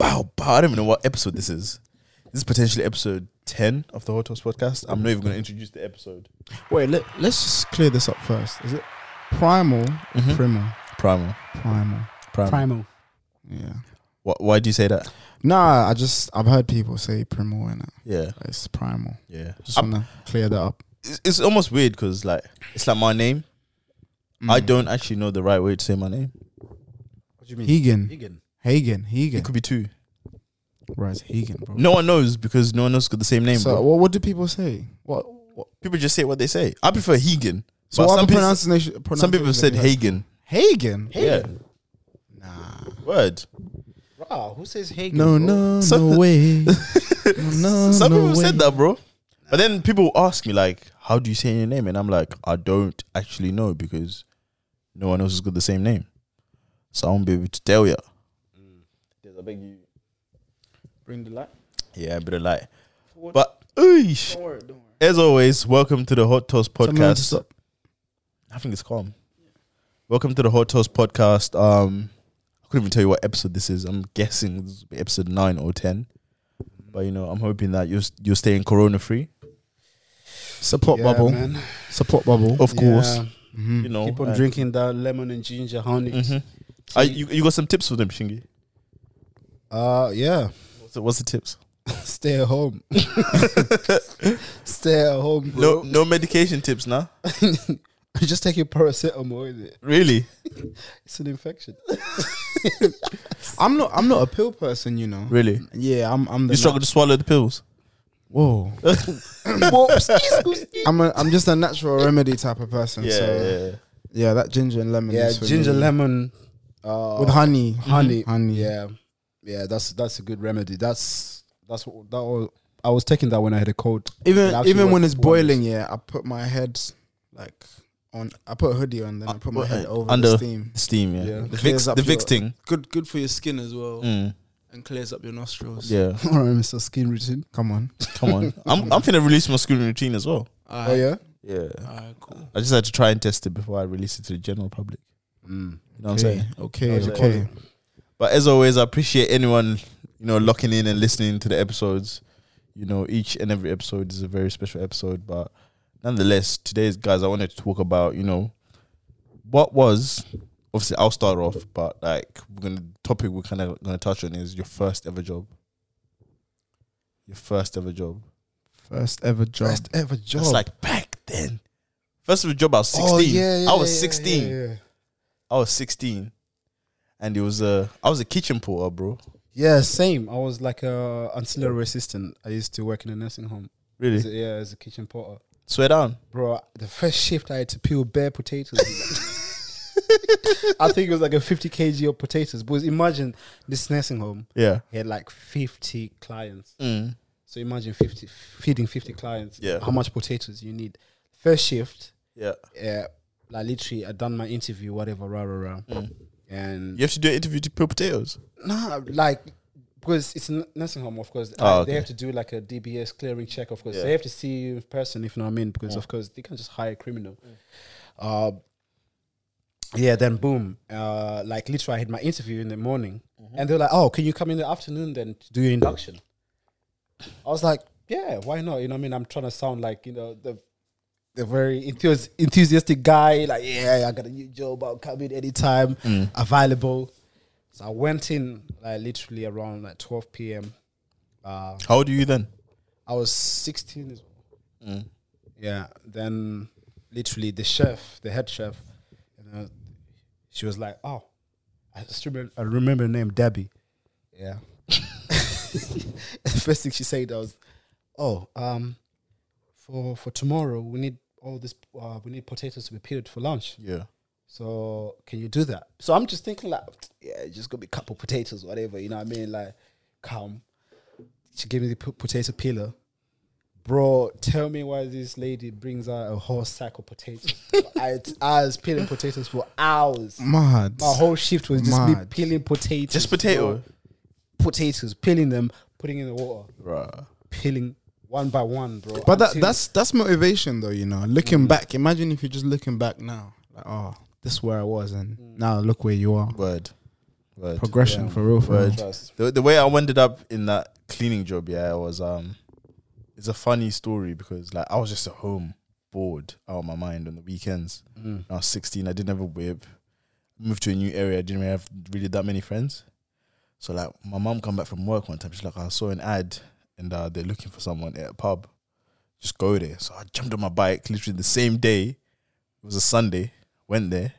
wow, but I don't even know what episode this is. This is potentially episode 10 of the Hot Toast podcast. I'm not even going to introduce the episode. Wait, let, let's just clear this up first. Is it primal? or Mhm. Primal. Primal. Primal. Primal. Primal. Yeah. Wh- why do you say that? Nah, I just I've heard people say primal and Yeah. it's primal. Yeah. Just wanna clear that up. It's, it's almost weird because, like, it's like my name. I Mm. don't actually know the right way to say my name. What do you mean? Hegan. Vegan. Hagen. It Hegan. could be two. Bro, it's Hegan, bro. No one knows because no one else got the same name. So bro. what, what do people say? What, what People just say what they say. I prefer Hegan. so But what some other people- pronunciation, pronunciation Some people have said Hagen. Hagen. Hagen? Yeah. Word. Wow, who says Hagen? No, bro? no, Some- no way. no, Some no people way. said that, bro. But then people ask me like, "How do you say your name?" And I'm like, "I don't actually know because no one else has got the same name, so I won't be able to tell you." There's a big you. Bring the light. Yeah, a bit of light. But oosh. worry, don't worry. as always, welcome to the Hot Toast podcast. Stop. I think it's calm. Welcome to the Hot Toast podcast. Um, I couldn't even tell you what episode this is. I'm guessing this will be episode nine or ten. But you know, I'm hoping that you're you're staying corona free. Support Yeah, bubble. man. Support bubble. Of course, Yeah. Mm. you know. Keep on uh, drinking that lemon and ginger honey. mhm. Uh, you, you got some tips for them, Shingy. Uh, yeah. What's the, what's the tips? Stay at home. Stay at home, No, bro. no medication tips, nah. Just take your paracetamol. Is it? Really? It's an infection. I'm not. I'm not a pill person. You know. Really? Yeah, I'm. I'm the. You struggle to swallow the pills? Whoa. Whoops, excuse me. I'm. A, I'm just a natural remedy type of person. so yeah. yeah. that ginger and lemon. yeah, is for ginger me. lemon. Uh, with honey. honey. Honey. Yeah, yeah. That's that's a good remedy. That's that's what that was. I was taking that when I had a cold. It Even actually even when worked it's wonders. boiling, yeah, I put my head like on. I put a hoodie on, then I put my Uh, head over under the steam. steam. Yeah, Yeah. the Clears Vicks, up the Vicks your- thing. Good, good for your skin as well, Mm, and clears up your nostrils. yeah, All right, Mr. Skin Routine. Come on. come on. I'm I'm finna release my school routine as well. Alright. Oh yeah. Yeah, Alright, cool. I just had to try and test it before I release it to the general public. Mm. You know what I'm Okay. saying? Okay. How's it Okay. But as always, I appreciate anyone you know locking in and listening to the episodes. You know, each and every episode is a very special episode. But nonetheless, today's guys, I wanted to talk about you know what was obviously I'll start off, but like we're gonna topic we're kind of gonna touch on is your first ever job. Your first ever job. First ever job. First ever job. That's like back then. First ever job, I was sixteen. Oh, yeah, yeah, I was yeah, yeah, sixteen. Yeah, yeah. I was sixteen, and it was a I was a kitchen porter, bro. Yeah, same. I was like a ancillary assistant. I used to work in a nursing home. As Really, a, yeah, as a kitchen porter. swear down. Bro, the first shift I had to peel bare potatoes. I think it was like a 50 kg of potatoes. But imagine this nursing home Yeah. had like 50 clients. Mm. So imagine 50 feeding 50 clients. Yeah. How much potatoes you need. First shift, Yeah. yeah, like literally I done my interview, whatever, rah, rah, rah. Mm. And You have to do an interview to peel potatoes. Nah, like because it's a nursing home, of course. Oh, like, okay. They have to do like a DBS clearing check, of course. Yeah. They have to see you in person, if you know what I mean, because of course they can't just hire a criminal. Mm. Uh, yeah, then boom. Uh, like literally, I had my interview in the morning, Mm-hmm. and they're like, "Oh, can you come in the afternoon then to do your induction?" I was like, "Yeah, why not?" You know what I mean? I'm trying to sound like you know the. The very enthus- enthusiastic guy, like, yeah, I got a new job, I'll come in anytime, available. So I went in like literally around like 12 p.m. Uh, How old are you then? I was 16 as well. Mm. Yeah. Then literally the chef, the head chef, you know, she was like, "Oh, I just remember, I remember her name Debbie." Yeah. the first thing she said was, "Oh, um, for for tomorrow we need all this. Uh, we need potatoes to be peeled for lunch." Yeah. So can you do that? So I'm just thinking like, yeah, it's just gonna be a couple potatoes, whatever. You know what I mean? Like, calm. She gave me the p- potato peeler. Bro, tell me why this lady brings out a whole sack of potatoes. I, I was peeling potatoes for hours. Mad. My whole shift was just me Mad. peeling potatoes. Just potato. bro. Potatoes, peeling them, putting in the water, Bruh. peeling one by one, bro. But that, until- that's that's motivation though, you know. Mm. Looking back, imagine Mm. if you're just looking back now, like, oh, this is where I was, and now look where you are. Word. Word. Progression Yeah. for real, for real. Word. The, the way I ended up in that cleaning job, yeah, I was um, it's a funny story because like I was just at home, bored out of my mind on the weekends. Mm. I was 16. I didn't have a whip. Moved to a new area. I didn't really have really that many friends. So like my mom come back from work one time. She's like, I saw an ad and uh, they're looking for someone at a pub. Just go there. So I jumped on my bike literally the same day. It was a Sunday. Went there.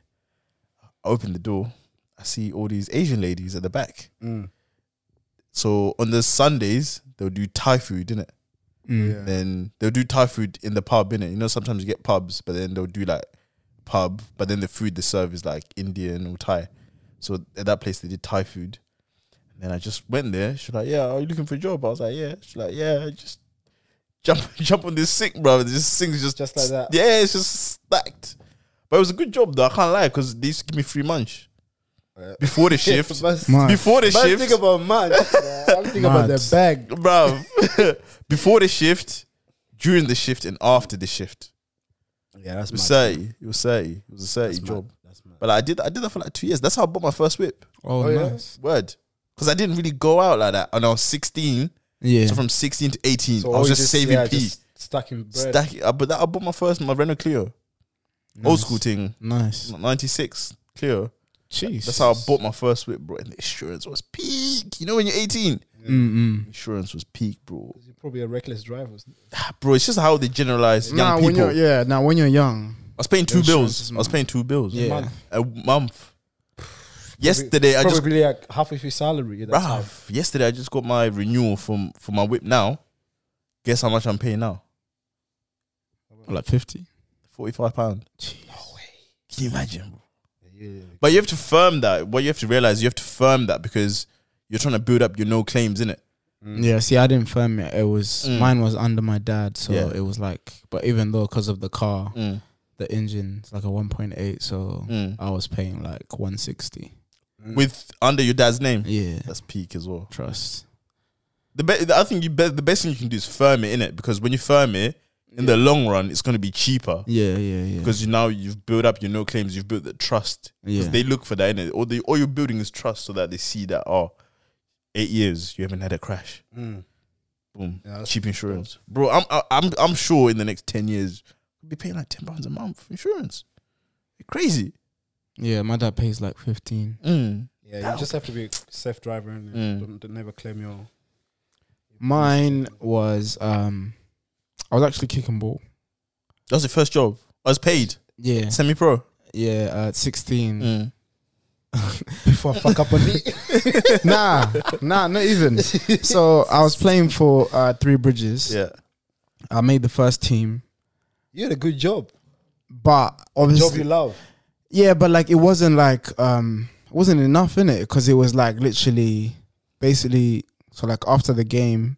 I opened the door. I see all these Asian ladies at the back. Mm. So on the Sundays they'll do Thai food, innit? Mm. Then they'll do Thai food in the pub, innit? You know, sometimes you get pubs, but then they'll do like pub, but then the food they serve is like Indian or Thai. So at that place they did Thai food. And then I just went there. She's like, Yeah, are you looking for a job? I was like, Yeah. She's like, Yeah, just jump jump on this sink, bro. This sink's just Just like that. Yeah, it's just stacked. But it was a good job though, I can't lie, because they used to give me free lunch. Yeah. Before the shift. Must- Man. before the must shift. think about man. I'm thinking about Mad. the bag. bro. before the shift, during the shift, and after the shift, Yeah, that's it was thirty. It was thirty. It was a thirty job. But I did. I did that for like two years. That's how I bought my first whip. Oh, Oh, yeah? nice. Word, because I didn't really go out like that. And I was sixteen. Yeah. So from sixteen to eighteen, I all was you just, saving yeah, p. just stacking bread. Stack it up. But that, I bought my first my Renault Clio, old Nice. school thing, Nice. ninety six Clio. Jeez. That's how I bought my first whip, bro. And the insurance was peak. You know when you're eighteen, Mm-mm. insurance was peak, bro. You're probably a reckless driver. Ah, Bro, it's just how they generalize young Now people. when you're yeah, now when you're young, I was paying two Insurance bills. is I was mad. paying two bills. Yeah. A month. A month. Yesterday, I just probably like half of your salary. at that time. bruv, yesterday I just got my renewal from for my whip. Now, guess how much I'm paying now? like fifty. Forty five pound. No way. Can you imagine? bro? Yeah. But you have to firm that. What you have to realize, you have to firm that because you're trying to build up your no claims in it. Yeah, see, I didn't firm it. It was Mm. mine was under my dad, so Yeah. Mm. it was like. But even though, because of the car, the engine's like a one point eight, so I was paying like one sixty. With under your dad's name, Yeah, that's peak as well. trust. The, be- the I think you be- the best thing you can do is firm it in it because when you firm it, in the long run, it's going to be cheaper. Yeah, yeah, yeah. because you now you've built up your no claims, you've built the trust. 'Cause Yeah. they look for that, innit? All the all you're building is trust, so that they see that oh, eight years you haven't had a crash. Mm. Boom, Yeah, that's- cheap insurance, bro. I'm I- I'm I'm sure in the next ten years you'll be paying like ten pounds a month for insurance. You're crazy. yeah, my dad pays like fifteen. Mm. Yeah, you just have to be a safe driver and Mm. don't, don't never claim your. Mine was um, I was actually kicking ball. That was the first job. I was paid Yeah, semi pro. yeah. Uh, at sixteen. Mm. Before I fuck up on me. nah, nah, not even. So I was playing for uh, Three Bridges. Yeah, I made the first team, You had a good job. but Job you obviously, love. yeah, but like it wasn't like um, it wasn't enough in it because it was like literally, basically, so like after the game,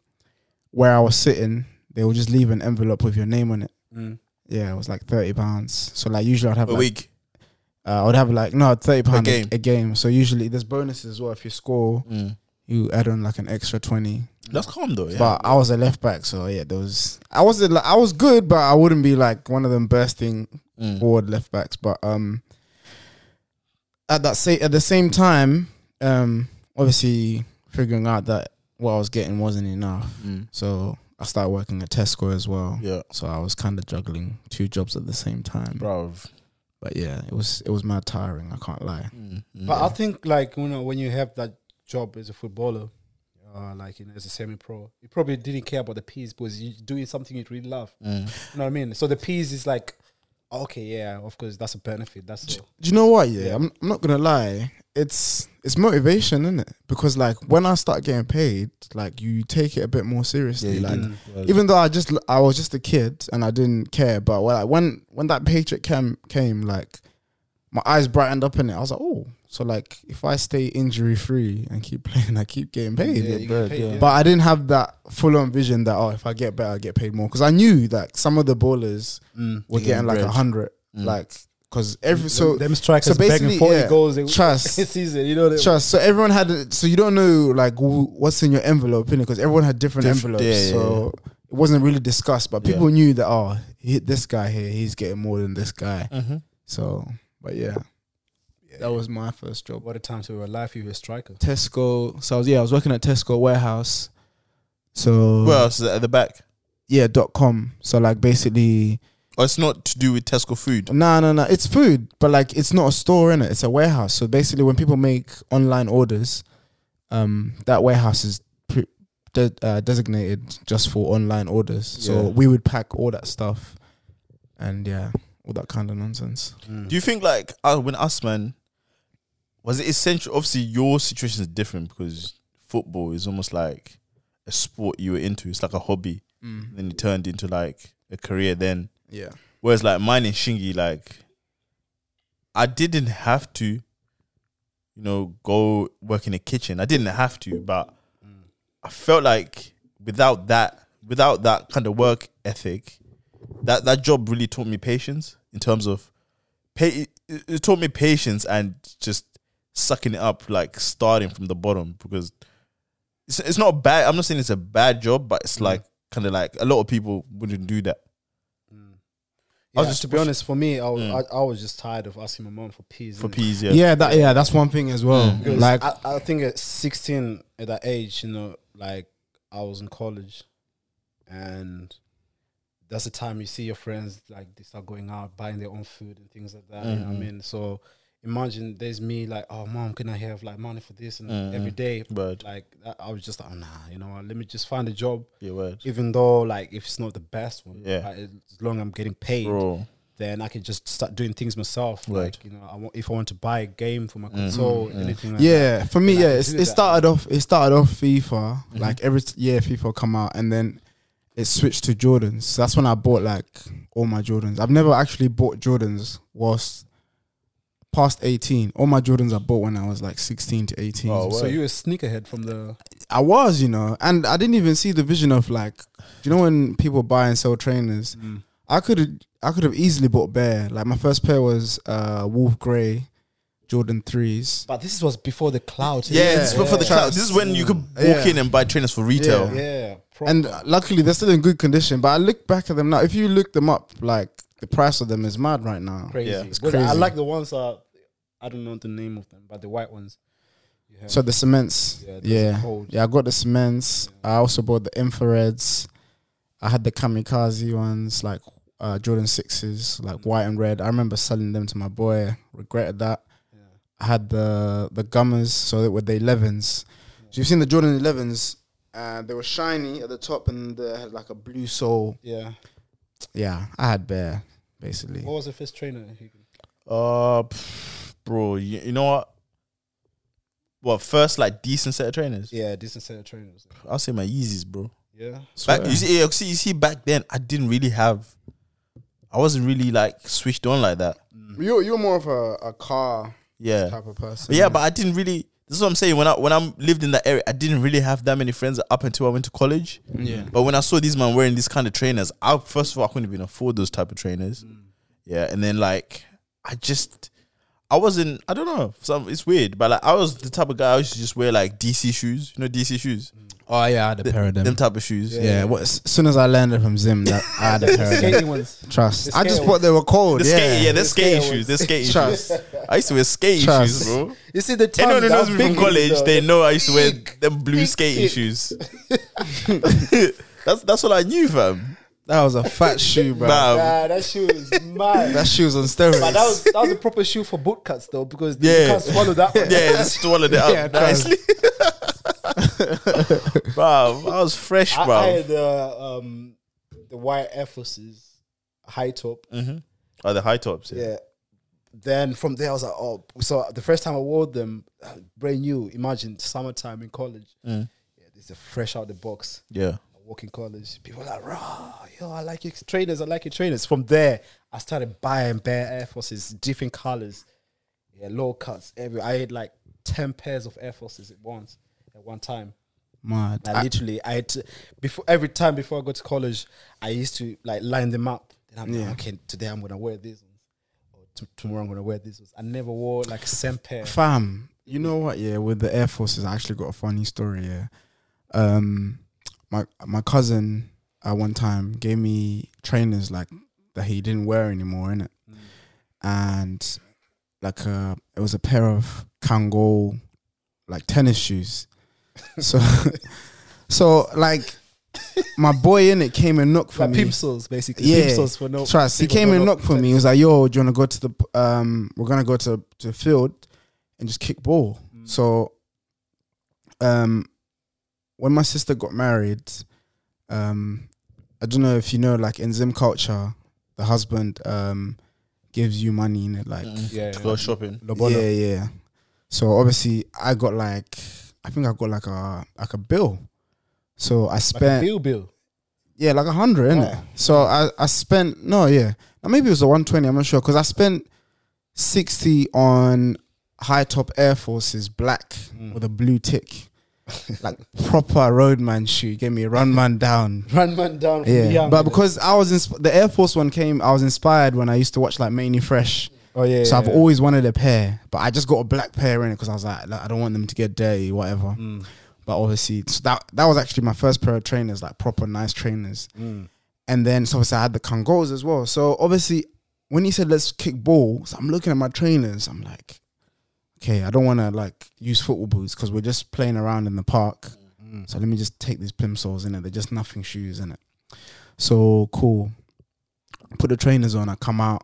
where I was sitting, they would just leave an envelope with your name on it. Mm. Yeah, it was like thirty pounds. So like usually I'd have a like, week. Uh, I would have like no thirty pound a, game. a game. So usually there's bonuses as well. If you score, Mm. you add on like an extra twenty. That's calm though. Yeah. But I was a left back, so yeah, there was I wasn't like, I was good, but I wouldn't be like one of them bursting Mm. forward left backs. But um, at that say at the same time, um, obviously figuring out that what I was getting wasn't enough, Mm. so I started working at Tesco as well. Yeah, So I was kind of juggling two jobs at the same time. bro. But yeah, it was it was mad tiring. I can't lie. Mm. But I think like you know when you have that job as a footballer, uh, like you know, as a semi-pro, you probably didn't care about the peas because you're doing something you really love. Mm. You know what I mean? So the peas is like, oh, okay, yeah, of course that's a benefit. That's all. Do you know what? Yeah, I'm, I'm not gonna lie. It's it's motivation, isn't it? Because like when I start getting paid, like you take it a bit more seriously. Yeah, you like Mm. do. even though I just I was just a kid and I didn't care, but when I- when when that paycheck came came, like my eyes brightened up in it. I was like, oh, so like if I stay injury free and keep playing, I keep getting paid. Yeah, you get paid, yeah. But I didn't have that full on vision that oh, if I get better, I get paid more because I knew that some of the bowlers Mm. were You're getting getting like a bread. hundred, Mm. like because every so them, them strikers so basically, begging forty yeah, goals in trust. season. You know that. Trust. So everyone had. So you don't know like wh- what's in your envelope, innit? Because everyone had different Diff- envelopes, yeah, yeah, so it wasn't really discussed. But Yeah. people knew that oh, he hit this guy here, he's getting more than this guy. Mhm. So, but yeah, That was my first job. What a time to be alive! You were a striker. Tesco. So I was, yeah, I was working at Tesco warehouse. So Where else is it at the back? yeah, dot com. So like basically, Oh, it's not to do with Tesco food. no, no, no. It's food, but like it's not a store in it. It's a warehouse. So basically, when people make online orders, um, that warehouse is pre- de- uh, designated just for online orders. So Yeah. we would pack all that stuff, and yeah, all that kind of nonsense. Do you think like uh, when us man was it essential? Obviously, your situation is different because football is almost like a sport you were into. It's like a hobby, Mm. then you turned into like a career. Then Yeah. whereas like mine and Shingy, like I didn't have to, you know, go work in a kitchen. I didn't have to, but I felt like without that, without that kind of work ethic, that that job really taught me patience in terms of pay, it, it taught me patience and just sucking it up, like starting from the bottom because it's, it's not bad. I'm not saying it's a bad job, but it's like kind of like a lot of people wouldn't do that. I Mm. Yeah, was just- just to be honest, for me, I was, Mm. I, I was just tired of asking my mom for peas For E innit? peas, yeah. yeah, That yeah, that's one thing as well. Because Like I, I think at 16, at that age, you know, like I was in college, and that's the time you see your friends like they start going out buying their own food and things like that. You know what I Mhm. mean? So imagine there's me like, oh mom, can I have like money for this and Mm. every day. Word. Like I I was just like, oh, nah, you know, what, let me just find a job, Yeah, word. even though like if it's not the best one, Yeah. like, as long as I'm getting paid, Bro. then I can just start doing things myself. Right. Like you know, I want, if I want to buy a game for my console, anything. Like Yeah, for me, Like, yeah, to it's, do it that. Mm-hmm. started off. It started off FIFA. Like every t- year, FIFA come out, and then it switched to Jordans. So that's when I bought like all my Jordans. I've never actually bought Jordans whilst past eighteen. All my Jordans I bought when I was like sixteen to eighteen. Oh, That. wow. So you a sneakerhead from the I was, you know, and I didn't even see the vision of like, you know, when people buy and sell trainers, Mm. I could I could have easily bought bear. Like my first pair was uh, Wolf Grey, Jordan threes. But this was before the cloud. Yeah, this is yeah. for the cloud. This is when you could walk Yeah. in and buy trainers for retail. Yeah. Yeah. proper. And luckily, they're still in good condition. But I look back at them now. If you look them up, like the price of them is mad right now. crazy. Yeah. It's But I crazy. like the ones uh I don't know the name of them, but the white ones. You have- So the cements, Yeah, yeah, those are yeah, cold. I got the cements. I also bought the infrareds. I had the kamikaze ones, like uh, Jordan sixes, like white and red. I remember selling them to my boy. Regretted that. I had the the gummers, so that were the elevens. So you've seen the Jordan elevens. Uh, they were shiny at the top and they had like a blue sole. yeah. Yeah, I had bear basically. What was the first trainer? Uh, pff, bro, you, you know what? Well, first like decent set of trainers. Yeah, decent set of trainers. I'll say my Yeezys, bro. Yeah. Back, Swear. you see, you see, you see, back then I didn't really have. I wasn't really like switched on like that. You're you're more of a, a car Yeah, type of person. but yeah, but I didn't really. This is what I'm saying. When I when I lived in that area, I didn't really have that many friends up until I went to college. yeah. But when I saw these man wearing these kind of trainers, I first of all I couldn't even afford those type of trainers. Mm. Yeah, and then like I just I wasn't I don't know some it's weird, but like I was the type of guy I used to just wear like DC shoes, you know DC shoes, Oh yeah, I had a pair of them. them type of shoes. yeah, what- as soon as I landed from Zim, that I had a pair of them. Skating ones. Trust. The I just scale. thought they were cold. The yeah. skating, yeah, they're skating skater shoes. They're skating Trust. shoes. I used to wear skating Trust. shoes, bro. You see the Anyone who that knows me from big college, is, uh, they know I used to wear them blue big skating kick. shoes. that's that's what I knew, fam. That was a fat shoe, bro. Bam. Nah, that shoe is mad. That shoe was on steroids. But that was that was a proper shoe for boot cuts though, because you Yeah. can't swallow that one. Yeah, just swallowed it up Yeah, trust. nicely. bro, I was fresh, I, bro. I had uh, um, the white Air Forces, high top. oh, the high tops. Yeah. Yeah. Then from there, I was like, oh, so the first time I wore them, uh, brand new. Imagine summertime in college. Yeah, this is fresh out the box. Yeah. I walk in college. People are like, rah, yo, I like your trainers. I like your trainers. From there, I started buying bare Air Forces, different colors, yeah, low cuts. Every I had like ten pairs of Air Forces at once at one time. mad. I literally, I had to, before every time before I go to college, I used to like line them up. Then I'm Yeah. like, okay, today I'm gonna wear these ones, or t- tomorrow I'm gonna wear these ones. I never wore like a same pair. Fam, you know what? Yeah, with the Air Forces, I actually got a funny story. Yeah, um, my my cousin at one time gave me trainers like that he didn't wear anymore, innit? and like a it was a pair of Kangol like tennis shoes. So so like my boy in it came and knocked for Like me. pimsels, basically. Yeah. Pimsels for no. Trust. He people came for and no- knocked for me. He was like, "Yo, do you want to go to the? Um, we're gonna go to to the field and just kick ball." Mm. So, um, when my sister got married, um, I don't know if you know, like in Zim culture, the husband um gives you money in it, like Yeah, To Mm. yeah. go shopping. Lobola. yeah, yeah. So obviously, I got like, I think I got like a like a bill. So I Like a spent bill bill. yeah, like a hundred, innit? Oh. So I, I spent no, yeah, Or maybe it was a one twenty. I'm not sure because I spent sixty on high top Air Forces black Mm. with a blue tick, like proper roadman shoe. Gave me a run man down. Run man down. from Yeah, young, but you know. because I was insp- the Air Force one came, I was inspired when I used to watch like Maney Fresh. oh yeah. So I've yeah. always wanted a pair, but I just got a black pair in it because I was like, like, I don't want them to get dirty, whatever. Mm. But obviously, so that that was actually my first pair of trainers, like proper nice trainers. Mm. And then, so obviously, I had the Kangos as well. So obviously, when he said let's kick ball, so I'm looking at my trainers. I'm like, okay, I don't want to like use football boots because we're just playing around in the park. So let me just take these plimsolls in it. They're just nothing shoes in it. So cool. Put the trainers on. I come out.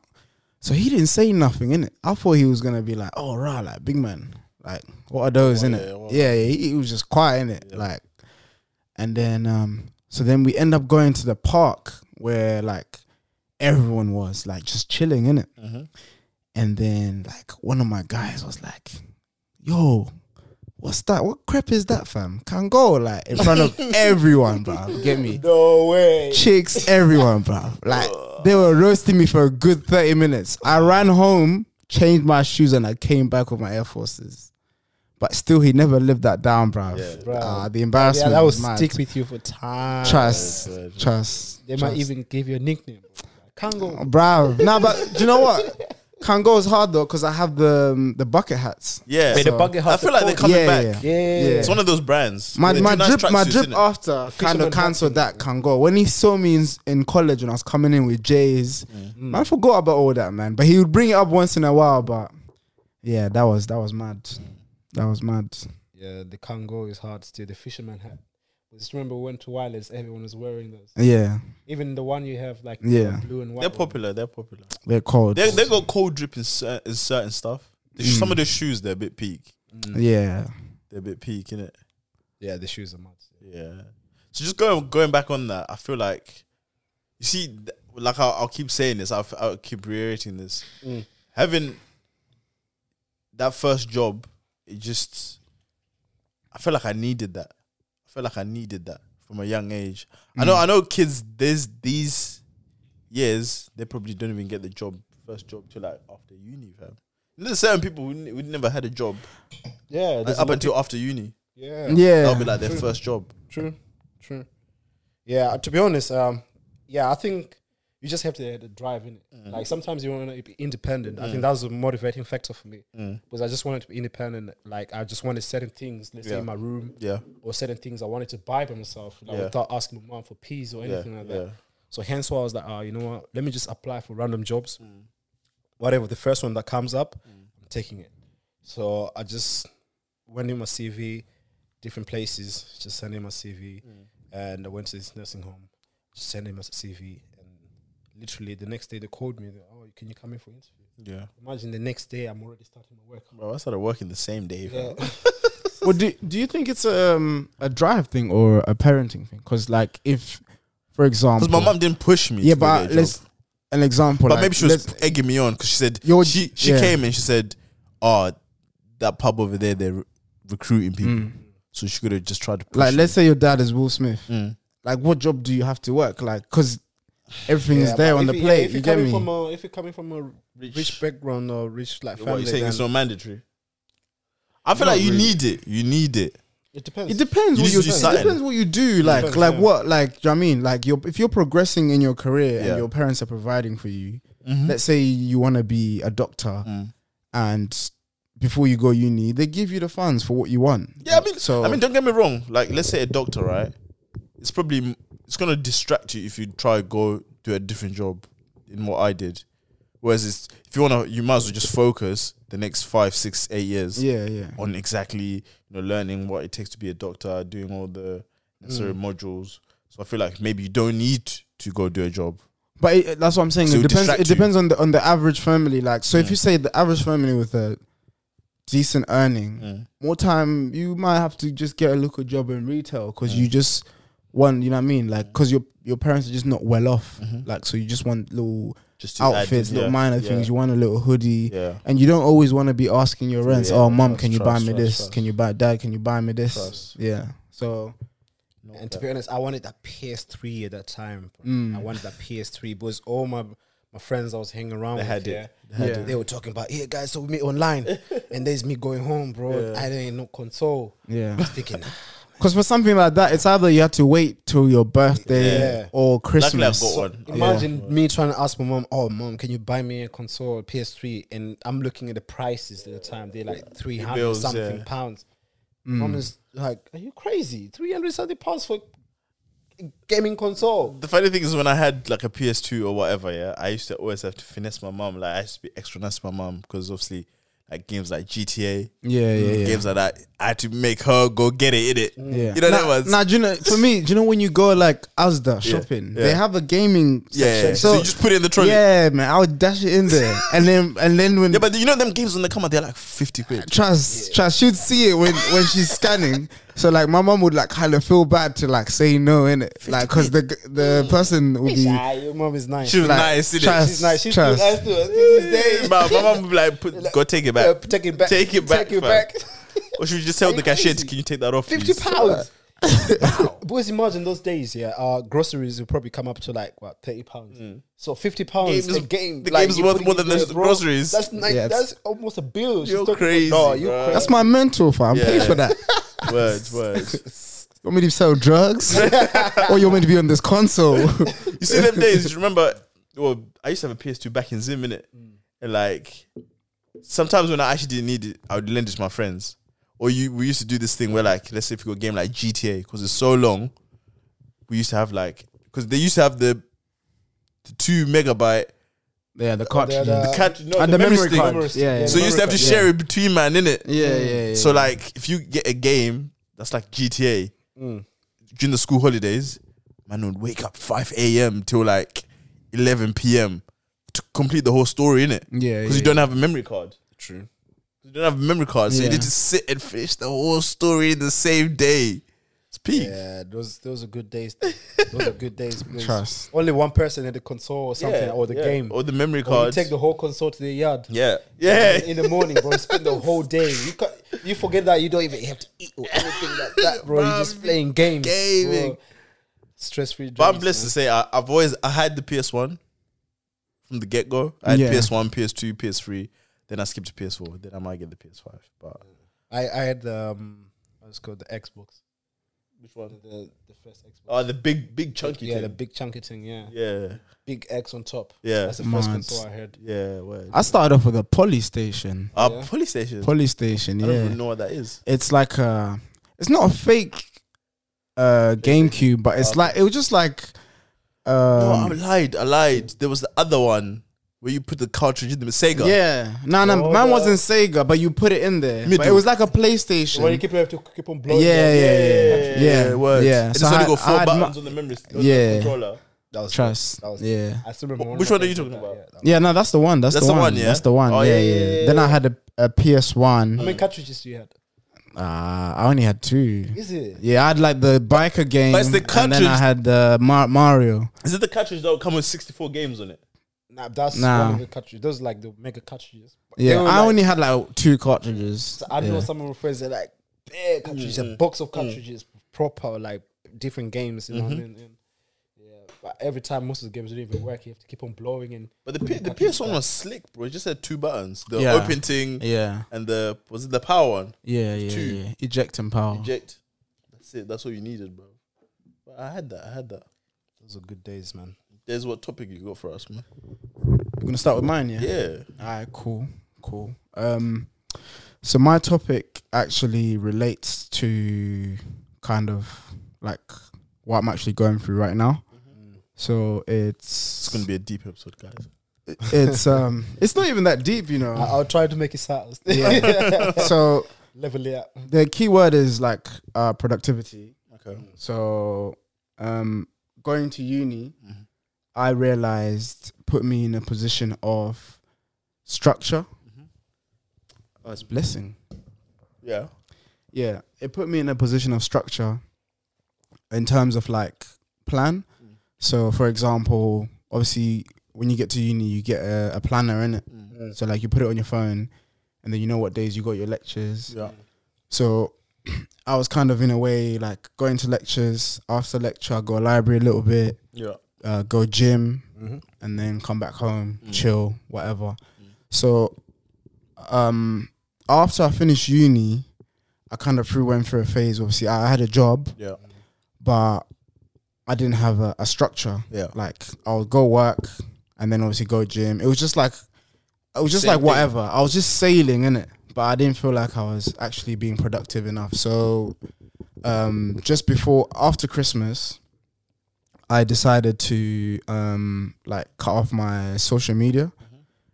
So he didn't say nothing in it. I thought he was gonna be like, "Oh, right, like big man, like what are those in it?" yeah, what- yeah, yeah. He, he was just quiet in it, like. And then, um, so then we end up going to the park where like everyone was like just chilling in it. Mm-hmm. And then like one of my guys was like, "Yo, what's that? What crap is that, fam? Can go like in front of everyone, bro. Get me? No way. chicks, everyone, bro. Like they were roasting me for a good thirty minutes. I ran home, changed my shoes, and I came back with my Air Forces. But still, he never lived that down, bro. Ah, bruv. the embarrassment. Yeah, that was would mad. stick with you for time. Trust, Yeah, yeah. trust. They might trust. even give you a nickname. Kango. Bruv. Nah, but do you know what? Can't go as hard though because I have the um, the bucket hats. Yeah. Wait, the bucket I hat, feel the like they're coat. coming Yeah, back. yeah. Yeah. Yeah. It's one of those brands. My, They do my nice drip, my tracksuits, drip innit? after kind Fisherman of cancelled that can go. When he saw me in, in college when I was coming in with J's, Mm. man, I forgot about all that, man. But he would bring it up once in a while. But yeah, that was that was mad. That was mad. Yeah, the Kango is hard still. The fisherman hat. I just remember we went to Wireless, everyone was wearing those. Yeah, Even the one you have, like Yeah. blue and white. They're one. popular. They're popular. they're cold. They they got cold drip in, cer- in certain stuff. The Mm. sh- Some of the shoes they're a bit peak. yeah, They're a bit peak, innit? Yeah, the shoes are mad. Yeah. So just going going back on that, I feel like you see, th- like I'll, I'll keep saying this, I'll, I'll keep reiterating this. Mm. Having that first job, it just, I feel like I needed that. I feel like I needed that from a young age. I know, I know, kids this these years they probably don't even get the job first job till like after uni, fam. There's certain people who, n- who never had a job Yeah, uh, up until after uni. yeah, That'll be yeah. like their first job. true, true. Yeah, uh, to be honest, um, yeah, I think you just have to have the drive in it. Mm. Like sometimes you want to be independent. I think that was a motivating factor for me Mm. because I just wanted to be independent. Like I just wanted certain things, let's say Yeah. in my room, Yeah. or certain things I wanted to buy by myself like, Yeah. without asking my mom for peas or anything like that. yeah. So hence why I was like, ah, you know what? Let me just apply for random jobs. Mm. Whatever the first one that comes up, I'm taking it. So I just went in my CV, different places, just sent in my CV, Mm. and I went to this nursing home, just sent in my CV, and literally the next day they called me. they're, Oh, can you come in for interview? Yeah. Imagine the next day I'm already starting my work. Bro, I started working the same day. fam. Yeah. Well, do do you think it's um a drive thing or a parenting thing? Because like if, for example, Because my mom didn't push me. yeah, to go but get a let's job. an example. But like, maybe she was let's- egging me on because she said Your- she she yeah. came and she said, "Oh, that pub over there, they're re- recruiting people." So she could have just tried to push like me. let's say your dad is Will Smith. Mm. like what job do you have to work like because everything Yeah, is there but on if the you- yeah, plate if you you're get coming me From a, if you're coming from a rich, background or rich like What, family, you're saying then it's not mandatory. I feel like you need it. You need it. it depends. it depends You what need you to do it something. depends what you do like depends, like yeah. what like do you know what I mean like you're if you're progressing in your career Yeah. and your parents are providing for you let's say you want to be a doctor and before you go uni they give you the funds for what you want Yeah, I mean, so I mean, don't get me wrong. Like, let's say a doctor, right? It's probably m- it's gonna distract you if you try go do a different job in what I did. Whereas it's, if you wanna, you might as well just focus. the next five, six, eight years Yeah, yeah. on exactly you know learning what it takes to be a doctor, doing all the necessary Mm. modules. So I feel like maybe you don't need to go do a job. But it, that's what I'm saying. So it it depends. distract It you. depends on the on the average family. Like, so if you say the average family with a decent Mm. earning, more time you might have to just get a local job in retail because Mm. you just want. You know what I mean? Like, because your your parents are just not well off. Like, so you just want little Mm-hmm. Just to add outfits, in- little yeah, minor yeah, things. You want a little hoodie. Yeah. And you don't always want to be asking your rents, Yeah, oh, mom, trust, can you buy trust, me trust, this? trust. Can you buy, dad, can you buy me this? Trust. Yeah. So, And to be honest, I wanted that PS3 at that time. bro. Mm. I wanted that PS3 because all my my friends I was hanging around with, had it. yeah, had Yeah. it. they were talking about, yeah, guys, so we meet online, and there's me going home, bro. I didn't know console. yeah. I was thinking, nah, Because for something like that, it's either you have to wait till your birthday Yeah. or Luckily, I've Christmas. got one. imagine me trying to ask my mom, oh, mom, can you buy me a console, PS3? And I'm looking at the prices at the time. They're like three hundred bills, something yeah. pounds. Mom is like, are you crazy? Three hundred something pounds for a gaming console? The funny thing is, when I had like a PS2 or whatever, yeah, I used to always have to finesse my mom. Like I used to be extra nice to my mom because obviously, like games like GTA, Yeah, yeah, yeah. games like that, I had to make her go get it, in it. Yeah. You know nah, that was. nah, do you know, for me, do you know when you go like Asda shopping, yeah. they have a gaming yeah, section. yeah. So, you just put it in the trolley. Yeah. yeah, man, I would dash it in there, and then and then when but you know them games when they come out, they're like fifty quid. Trust, trust. She'd see it when when she's scanning. So like, my mom would like kind of feel bad to like say no in it, like because the the person would be Ah, your mom is nice. She was like, nice, innit? trust, She's nice. She's trust. nice to us to this day. my, my mom would be like, put, go take it back. Uh, take it back. Take it back. Take fam. it back. Or should we just tell Are the you cashier, crazy? can you take that off? Fifty please?" pounds. Boys, imagine those days. Yeah, uh, groceries will probably come up to like what thirty pounds. So fifty pounds Mm. Games- a game. the like, game's you worth put it more in than the there, bro. groceries. That's like, Yeah, it's- that's almost a bill. She's You're talking about- crazy, No, you bro. crazy. That's my mental fam. Pay Yeah. for that. Words, words. You want me to sell drugs, or you want me to be on this console? You see them days, you remember well, I used to have a PS2 back in Zim, innit? And like sometimes when I actually didn't need it, I would lend it to my friends. Or you we used to do this thing where like let's say if you got a game like GTA, because it's so long, we used to have like because they used to have the, the two megabyte yeah, the cartridges. the- cat, no, And the, the memory, memory thing. card. Memory stick. Yeah, yeah. So you used to have to Memory share it between man, innit? yeah, yeah, yeah. So like, if you get a game that's like GTA Mm. during the school holidays, man would wake up five a.m. till like eleven p.m. to complete the whole story in it. Yeah, because yeah, you don't have a memory card. True. You don't have a memory card, so you Yeah. need to sit and finish the whole story in the same day. It's peak. Yeah, those those are good days. Those are good days. because Trust. Only one person at the console or something or the yeah. game. or the memory Or you card. take the whole console to the yard. yeah, yeah. in the morning, bro. Spend the whole day. You can you forget that you don't even have to eat or anything like that, bro. You're just playing games, gaming. stress free. But I'm blessed to say I, I've always I had the PS1 from the get go. I had Yeah. PS1, PS2, PS3. Then I skipped to PS4. Then I might get the PS5. But I I had um, what's it called the Xbox. which one? The the first Xbox. Oh, the big, big chunky. yeah, Yeah, the big chunky thing. Yeah. yeah, big X on top. yeah, That's the first Mad. console I had. yeah. Word. I started off with a Polly Station. Uh, Yeah. police station. Polly Station, I don't yeah. even know what that is. It's like a, it's not a fake, uh, GameCube, but it's like it was just like, no, um, I lied. I lied. There was the other one where you put the cartridge in the Sega. yeah, no, no, Oh, mine the- wasn't Sega, but you put it in there. But it Middle. was like a PlayStation. Where you keep you have to keep on yeah, blowing. yeah, yeah, yeah, it works. yeah. And it's So I only had- got I four had buttons my- on the memory. on Yeah. the controller. That was Trust, That was yeah. I still remember. Which when one I are you first talking got that, about? yeah, that Yeah, no, that's the one. That's, the, one. yeah? That's the one. Oh, yeah, yeah, yeah, yeah, yeah. Then I had a, a PS One. How many cartridges do you had? Ah, I only had two. Is it? Yeah, I had like the biker game, but it's the and then I cartridge. had uh, Mar- Mario. Is it the cartridge that would come with 64 games on it? Nah, that's Nah. one of the cartridges. Those are like the mega cartridges. But they Yeah, were I like- only had like two cartridges. So I yeah. know some of my friends are like bare cartridges, Mm. a box of cartridges, proper like different games. You know Mm-hmm. what I mean? And, yeah, but every time most of the games don't even work. You have to keep on blowing and But the, P- the PS1 was slick, bro. It just had two buttons the Yeah. open thing yeah, and the, was it the power one? yeah, yeah, Two. yeah. Eject and power. Eject. That's it. That's all you needed, bro. But I had that. I had that. those are good days, man. There's what topic you got for us, man. We're gonna start with mine, yeah. Yeah. All right, cool, cool. Um, so my topic actually relates to kind of like what I'm actually going through right now. So Mm-hmm. it's, It's going to be a deep episode, guys. it's um, it's not even that deep, you I- know. I'll try to make it sound. so Level it up. the key word is like uh, productivity. Okay. So um, going to uni, I realized put me in a position of structure. Oh, it's blessing. Yeah. Yeah, it put me in a position of structure in terms of like plan. So, for example, obviously, when you get to uni, you get a, a planner in it. So, like, you put it on your phone, and then you know what days you got your lectures. Yeah. So, I was kind of in a way like going to lectures after lecture, I go library a little bit, Yeah. uh, go gym, Mm-hmm. and then come back home, chill, whatever. So, um, after I finished uni, I kind of through went through a phase. Obviously, I I had a job, Yeah. but I didn't have a, a structure. Yeah. Like I would go work and then obviously go gym. It was just like it was just Same like thing. whatever. I was just sailing in it, but I didn't feel like I was actually being productive enough. So um just before after Christmas, I decided to um like cut off my social media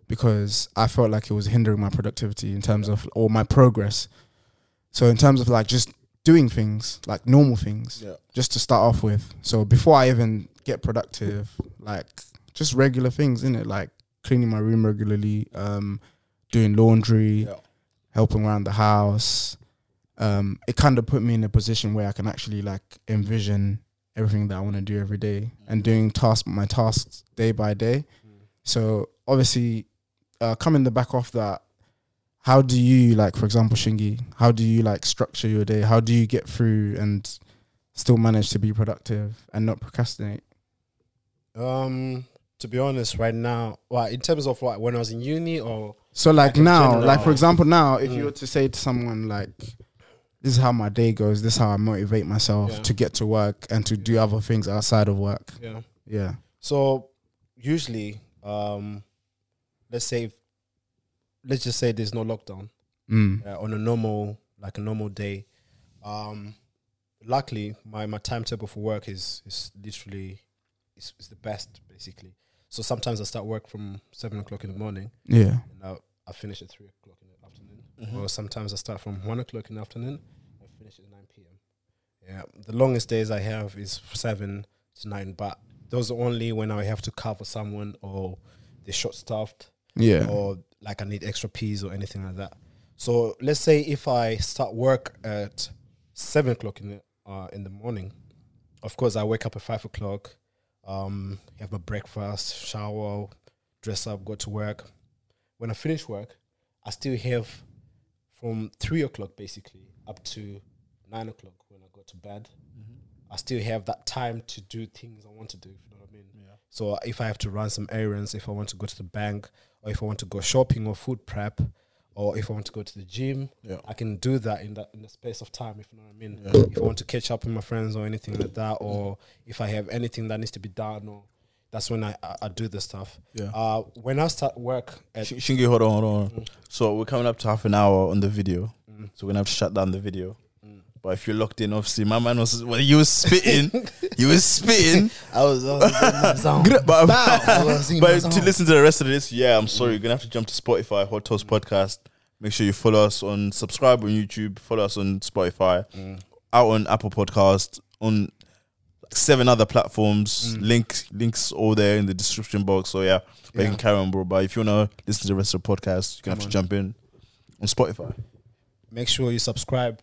because I felt like it was hindering my productivity in terms of or my progress. So in terms of like just doing things, like normal things, Yeah. just to start off with. So before I even get productive, like just regular things in it, like cleaning my room regularly, um, doing laundry, Yeah. helping around the house. Um, it kind of put me in a position where I can actually like envision everything that I want to do every day and doing task my tasks day by day. Mm-hmm. So obviously, uh, coming the back off that, how do you like, for example, Shingi? How do you like structure your day? How do you get through and still manage to be productive and not procrastinate? Um, to be honest, right now, well, in terms of like when I was in uni or So like Like in now, general. like for example, now if you Mm. were to say to someone like, "This is how my day goes. This is how I motivate myself Yeah. to get to work and to do other things outside of work." yeah. Yeah, So usually, um, let's say, if- let's just say there's no lockdown mm. uh, on a normal, like a normal day. Um, luckily, my my timetable for work is is literally, is, is the best basically. So sometimes I start work from seven o'clock in the morning. yeah, and I, I finish at three o'clock in the afternoon. Or sometimes I start from one o'clock in the afternoon and finish at nine p.m. Yeah, the longest days I have is seven to nine, but those are only when I have to cover someone or they're short staffed yeah, or like I need extra peas or anything like that. So let's say if I start work at seven o'clock in the uh, in the morning, of course I wake up at five o'clock, um, have my breakfast, shower, dress up, go to work. When I finish work, I still have from three o'clock basically up to nine o'clock when I go to bed. Mm-hmm. I still have that time to do things I want to do. If you know what I mean. So if I have to run some errands, if I want to go to the bank, or if I want to go shopping or food prep, or if I want to go to the gym, Yeah. I can do that in that in the space of time. If you know what I mean. Yeah. If I want to catch up with my friends or anything like that, or if I have anything that needs to be done, or that's when I I, I do the stuff. Yeah. Uh, when I start work at Sh- Shingy, hold on, hold on. So we're coming up to half an hour on the video, so we're gonna have to shut down the video. But if you're locked in, obviously, my man was well, you was spitting, you was spitting. I was, I was in my zone. But, I was in my but to zone. listen to the rest of this, yeah, I'm sorry, you're gonna have to jump to Spotify Hot Toast Podcast. Make sure you follow us on subscribe on YouTube, follow us on Spotify, out on Apple Podcast, on like seven other platforms. Link links all there in the description box. So yeah, but you Yeah. can carry on, bro. But if you wanna listen to the rest of the podcast, you're gonna have to on. jump in on Spotify. Make sure you subscribe.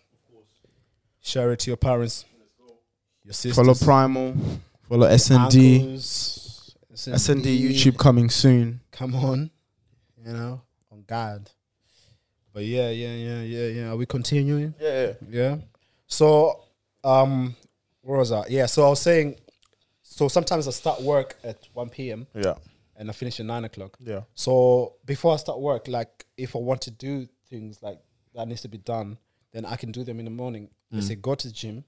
Share it to your parents, your sisters, follow Primal, follow SND, uncles, SND Mm. YouTube coming soon. Come on, you know, on God. But yeah, yeah, yeah, yeah, yeah. Are we continuing? Yeah, Yeah. So, um, where was I? Yeah. So I was saying, so sometimes I start work at one p.m. yeah, and I finish at nine o'clock. yeah, So before I start work, like if I want to do things like that needs to be done, then I can do them in the morning. Let's say go to the gym,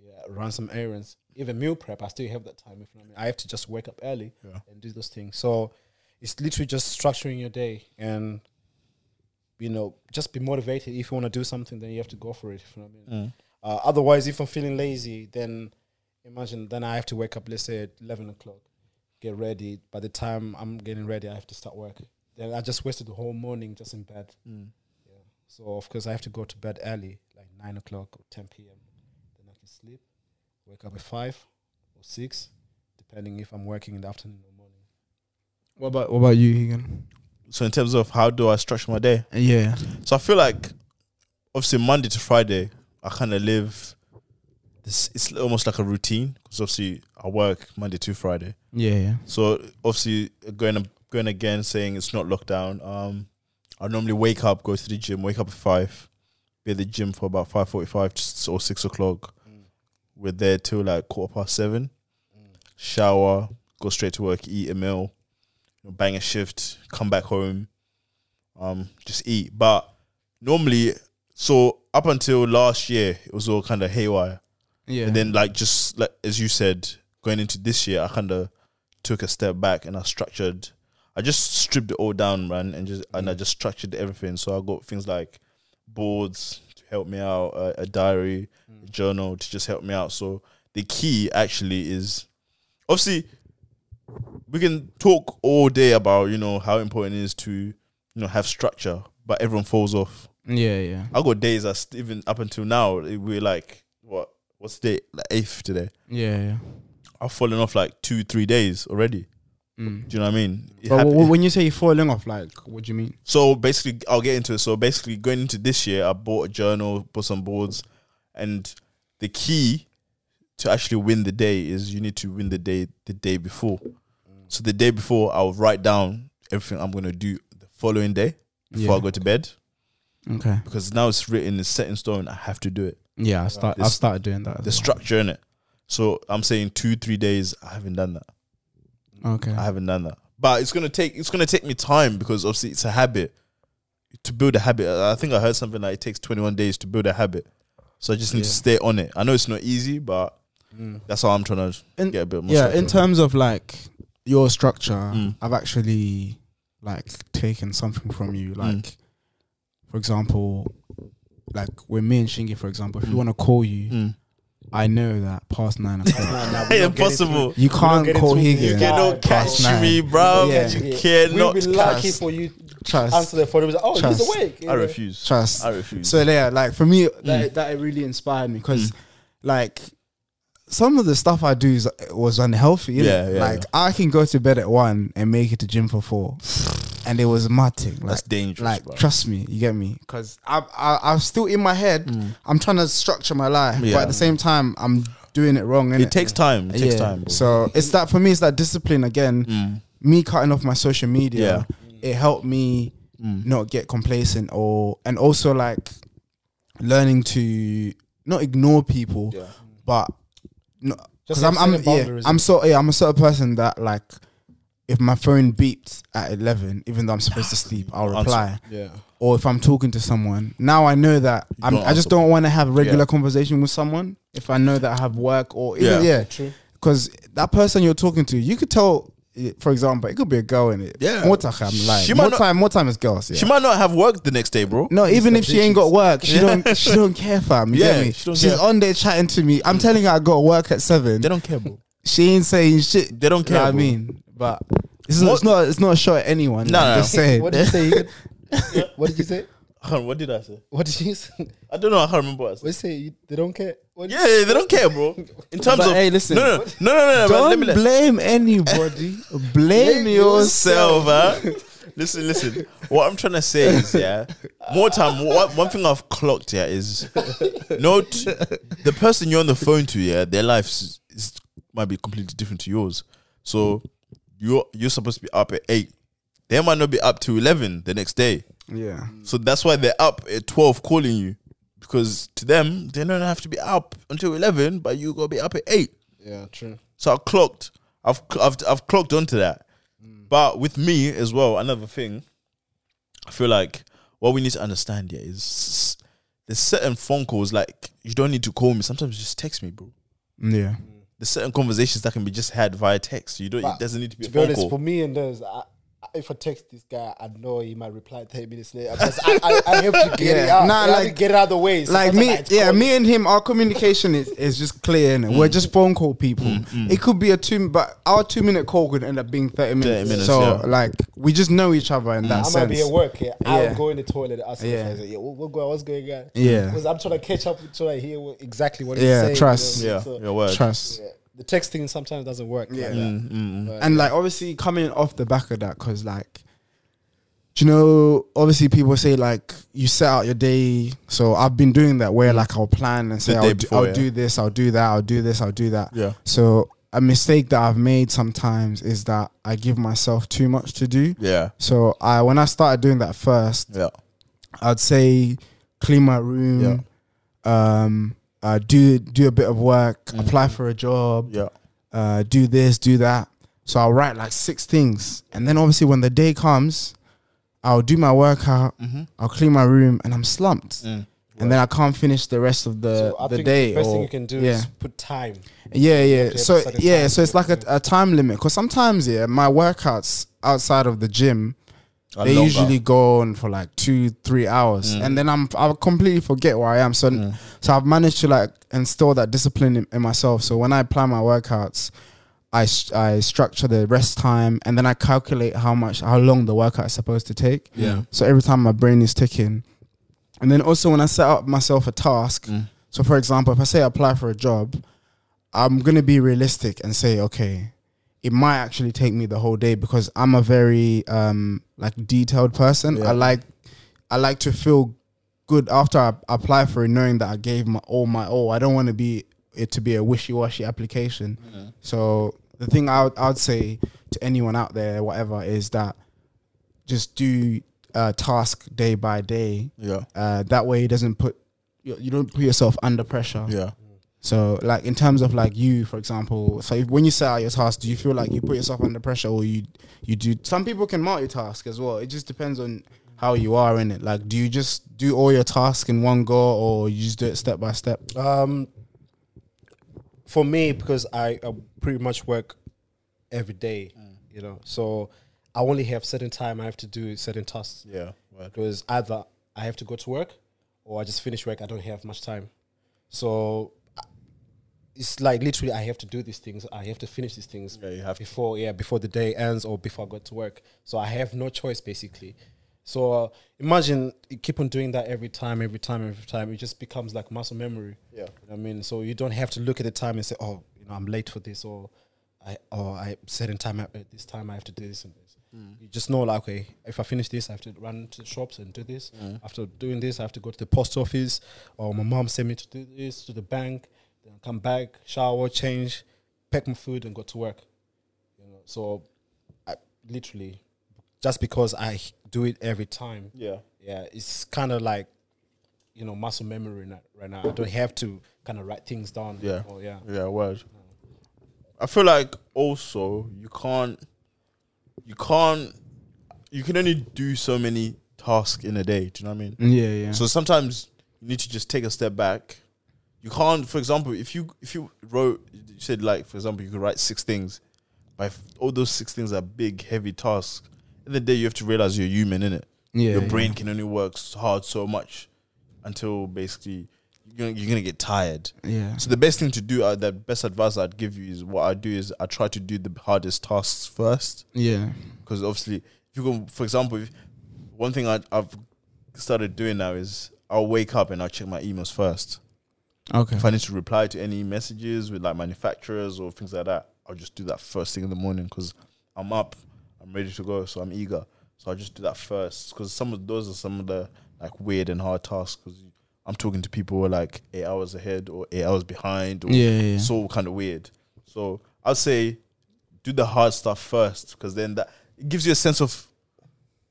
yeah, run some errands, even meal prep. I still have that time. If you know what I mean, I have to just wake up early Yeah. and do those things. So it's literally just structuring your day and you know just be motivated. If you want to do something, then you have to go for it. If you know what I mean. Uh, otherwise, if I'm feeling lazy, then imagine then I have to wake up. Let's say at eleven o'clock get ready. By the time I'm getting ready, I have to start work. Then I just wasted the whole morning just in bed. Yeah. So of course I have to go to bed early, like nine o'clock or ten p.m. Then I can sleep, wake up at five or six, depending if I'm working in the afternoon or morning. What about what about you, Higan? So in terms of how do I structure my day? Yeah. So I feel like obviously Monday to Friday I kind of live this. It's almost like a routine because obviously I work Monday to Friday. Yeah, yeah. So obviously going going again saying it's not lockdown. Um, I normally wake up, go to the gym, wake up at five, be at the gym for about five forty-five s- or six o'clock. We're there till like quarter past seven. Shower, go straight to work, eat a meal, bang a shift, come back home, um, just eat. But normally, so up until last year, it was all kind of haywire. Yeah. And then, like, just like as you said, going into this year, I kind of took a step back and I structured. I just stripped it all down, man, and just and I just structured everything. So I got things like boards to help me out, a, a diary, a journal to just help me out. So the key actually is, obviously, we can talk all day about you know how important it is to you know have structure, but everyone falls off. yeah, yeah. I got days that st- even up until now it- we're like what what's the like eighth today? Yeah, yeah. I've fallen off like two three days already. Mm. Do you know what I mean? It But hap- w- when you say you're falling off, like, what do you mean? so basically, I'll get into it. So basically, going into this year, I bought a journal, put some boards, and the key to actually win the day is you need to win the day the day before. So the day before, I'll write down everything I'm gonna do the following day before Yeah. I go to bed Okay. because now it's written, it's set in stone. I have to do it. Yeah, I start. I've This- started doing that. the as structure in it. So I'm saying two, three days. I haven't done that. well. okay. I haven't done that. But it's gonna take it's gonna take me time because obviously it's a habit. To build a habit, I think I heard something like it takes 21 days to build a habit. So I just need to Yeah. stay on it. I know it's not easy, but Mm. that's how I'm trying to In- get a bit more. yeah structure. in terms of like your structure Mm. i've actually like taken something from Mm. you like for example like with me and shingy for example if we want to call you Mm. i know that past nine o'clock Hey, impossible. you can't get it call through. Higgins. You Yeah. cannot catch Past nine. me, bro. Yeah. Oh, You cannot. We'll be lucky Trust. for you Trust. answer the phone. It was like, oh, Trust. he's awake. I refuse. trust I refuse. so yeah like for me Mm. that, that really inspired me because like some of the stuff I do is, was unhealthy. innit? Yeah, yeah, like yeah. I can go to bed at one and make it to gym for four, and it was matting. Like, that's dangerous. like bro. trust me you get me because I, I i'm still in my head i'm trying to structure my life Mm. Yeah. but at the same time i'm doing it wrong innit? it takes time. It takes Yeah. time. Bro. so it's that for me it's that discipline again Mm. me cutting off my social media it helped me Mm. not get complacent or and also like learning to not ignore people Yeah. but no, Just because I'm I'm setting yeah, boundaries, I'm innit? sort yeah, I'm a sort of person that like if my phone beeps at eleven, even though I'm supposed to sleep, I'll Answer. reply Yeah. or if I'm talking to someone. Now I know that I'm, don't I just answer. don't want to have regular Yeah. conversation with someone if I know that I have work or even, Yeah. yeah, True. because that person you're talking to, you could tell. eh, For example, it could be a girl in it. Yeah. more time. I'm lying. She might more not- time. More time is girls. Yeah. She might not have work the next day, bro. no, even if she ain't got work, she Yeah. don't. She don't care, fam. You Yeah, get me? she don't She's care. on there chatting to me. I'm telling her I got work at seven. They don't care, bro. She ain't saying shit. They don't You know care, what I bro. mean, but it's not. It's not. It's not a shot at anyone. No, I'm no, just no. saying. What did you say? Ian? what did you say? Hold on, What did I say? What did you say? I don't know. I can't remember what I What said. you say? You, they don't care. What Yeah, yeah, they don't care, bro. In terms But of hey, listen. no, no, no, no, no, no man, let Don't me let blame anybody. blame Blame yourself. yourself, man. Listen, listen. What I'm trying to say is, yeah, more time. One, one thing I've clocked here is, note the person you're on the phone to, yeah, their life is, is might be completely different to yours. So you're you're supposed to be up at eight. They might not be up to eleven the next day. Yeah. So that's why they're up at 12 calling you. Because to them, they don't have to be up until 11, but you got to be up at 8. Yeah, true. So I clocked. I've, I've, I've clocked onto that. But with me as well, another thing, I feel like what we need to understand here is there's certain phone calls, like, you don't need to call me. Sometimes just text me, bro. Yeah. There's certain conversations that can be just had via text. You don't. But it doesn't need to be To a be phone honest, call. for me and those, I, I- if I text this guy, I know he might reply ten minutes later. Because I, I, I have to get it Yeah. out. Nah, I have to like- get it out of the way. like Sometimes I me, have to yeah, call me and him, our communication is, is just clear, and we're just phone call people. It could be a two, but our two minute call could end up being thirty minutes. 30 minutes, so yeah. like, we just know each other in that I might sense. be at work. Yeah, I'll Yeah. go in the toilet. I'll say, Yeah. yeah, yeah what, what, go- what's going on? Yeah. because I'm trying to catch up with trying to hear what, exactly what. Yeah, he's saying, trust. Yeah, so- your word. Trust. yeah. The texting sometimes doesn't work. Yeah, like Mm, that. And like obviously coming off the back of that, because like, do you know? Obviously, people say like you set out your day. So I've been doing that where like I'll plan and say day I'll, do, before, I'll yeah. do this, I'll do that, I'll do this, I'll do that. Yeah. So a mistake that I've made sometimes is that I give myself too much to do. Yeah. So I when I started doing that first, Yeah. I'd say clean my room, um, uh, do do a bit of work, Mm. apply for a job, Yeah. uh, do this, do that. So I'll write like six things. And then obviously when the day comes, I'll do my workout, Mm-hmm. I'll clean my room, and I'm slumped. And then I can't finish the rest of the, Mm. So I the think day. the best thing or- you can do yeah. is put time. Yeah, yeah. to So have a certain yeah, time so it's like a, a time limit. Cause sometimes yeah, my workouts outside of the gym, Are they longer. Mm. usually go on for like two, three hours, and then I'm I completely forget where I am. So so I've managed to like instill that discipline in, in myself. So when I plan my workouts. I, s- I structure the rest time and then I calculate how much how long the workout is supposed to take. Yeah. So every time my brain is ticking, and then also when I set up myself a task, Mm. so for example, if I say I apply for a job, I'm gonna be realistic and say, okay, it might actually take me the whole day because I'm a very um like detailed person. Yeah. I like I like to feel good after I apply for it, knowing that I gave my all my all. I don't want to be it to be a wishy washy application. So the thing I would, I would say to anyone out there, whatever, is that just do uh, task day by day. Yeah. Uh, that way, it doesn't put you, you don't put yourself under pressure. Yeah. So, like in terms of like you, for example, so if, when you set out your task, do you feel like you put yourself under pressure, or you you do? Some people can multitask as well. It just depends on how you are in it. Like, do you just do all your tasks in one go, or you just do it step by step? Um, for me, because I, I pretty much work every day, you know, so I only have certain time I have to do certain tasks. Yeah. Word. Because either I have to go to work, or I just finish work. I don't have much time, so I- it's like literally I have to do these things. I have to finish these things Yeah, you have to. before yeah before the day ends or before I go to work. So I have no choice basically. So uh, imagine you keep on doing that every time, every time, every time. It just becomes like muscle memory. Yeah. You know what I mean, so you don't have to look at the time and say, "Oh, you know, I'm late for this," or "I, or I certain time at at this time I have to do this and this." You just know, like, okay, if I finish this, I have to run to the shops and do this. After doing this, I have to go to the post office, or my mom sent me to do this to the bank. Then come back, shower, change, pack my food, and go to work. You know, so I literally just because I do it every time, Yeah. yeah, it's kind of like you know muscle memory na- right now. I don't have to kind of write things down. Yeah. Oh yeah. Yeah, word. I feel like also you can't, you can't, you can only do so many tasks in a day. Do you know what I mean? Yeah, yeah. So sometimes you need to just take a step back. You can't, for example, if you if you wrote, you said like for example, you could write six things, but if all those six things are big, heavy tasks. In the day, you have to realize you're human, in it. Yeah, your yeah. brain can only work s- hard so much until basically you're gonna, you're gonna get tired. yeah. So the best thing to do, uh, the best advice I'd give you is what I do is I try to do the hardest tasks first Yeah. because obviously if you go, for example, if one thing I, I've started doing now is I'll wake up and I'll check my emails first. Okay. If I need to reply to any messages with like manufacturers or things like that, I'll just do that first thing in the morning because I'm up, I'm ready to go, so I'm eager. So I'll just do that first because some of those are some of the like weird and hard tasks because I'm talking to people who are like eight hours ahead or eight hours behind or Yeah, yeah, yeah. it's all kind of weird. So I'd say do the hard stuff first because then that it gives you a sense of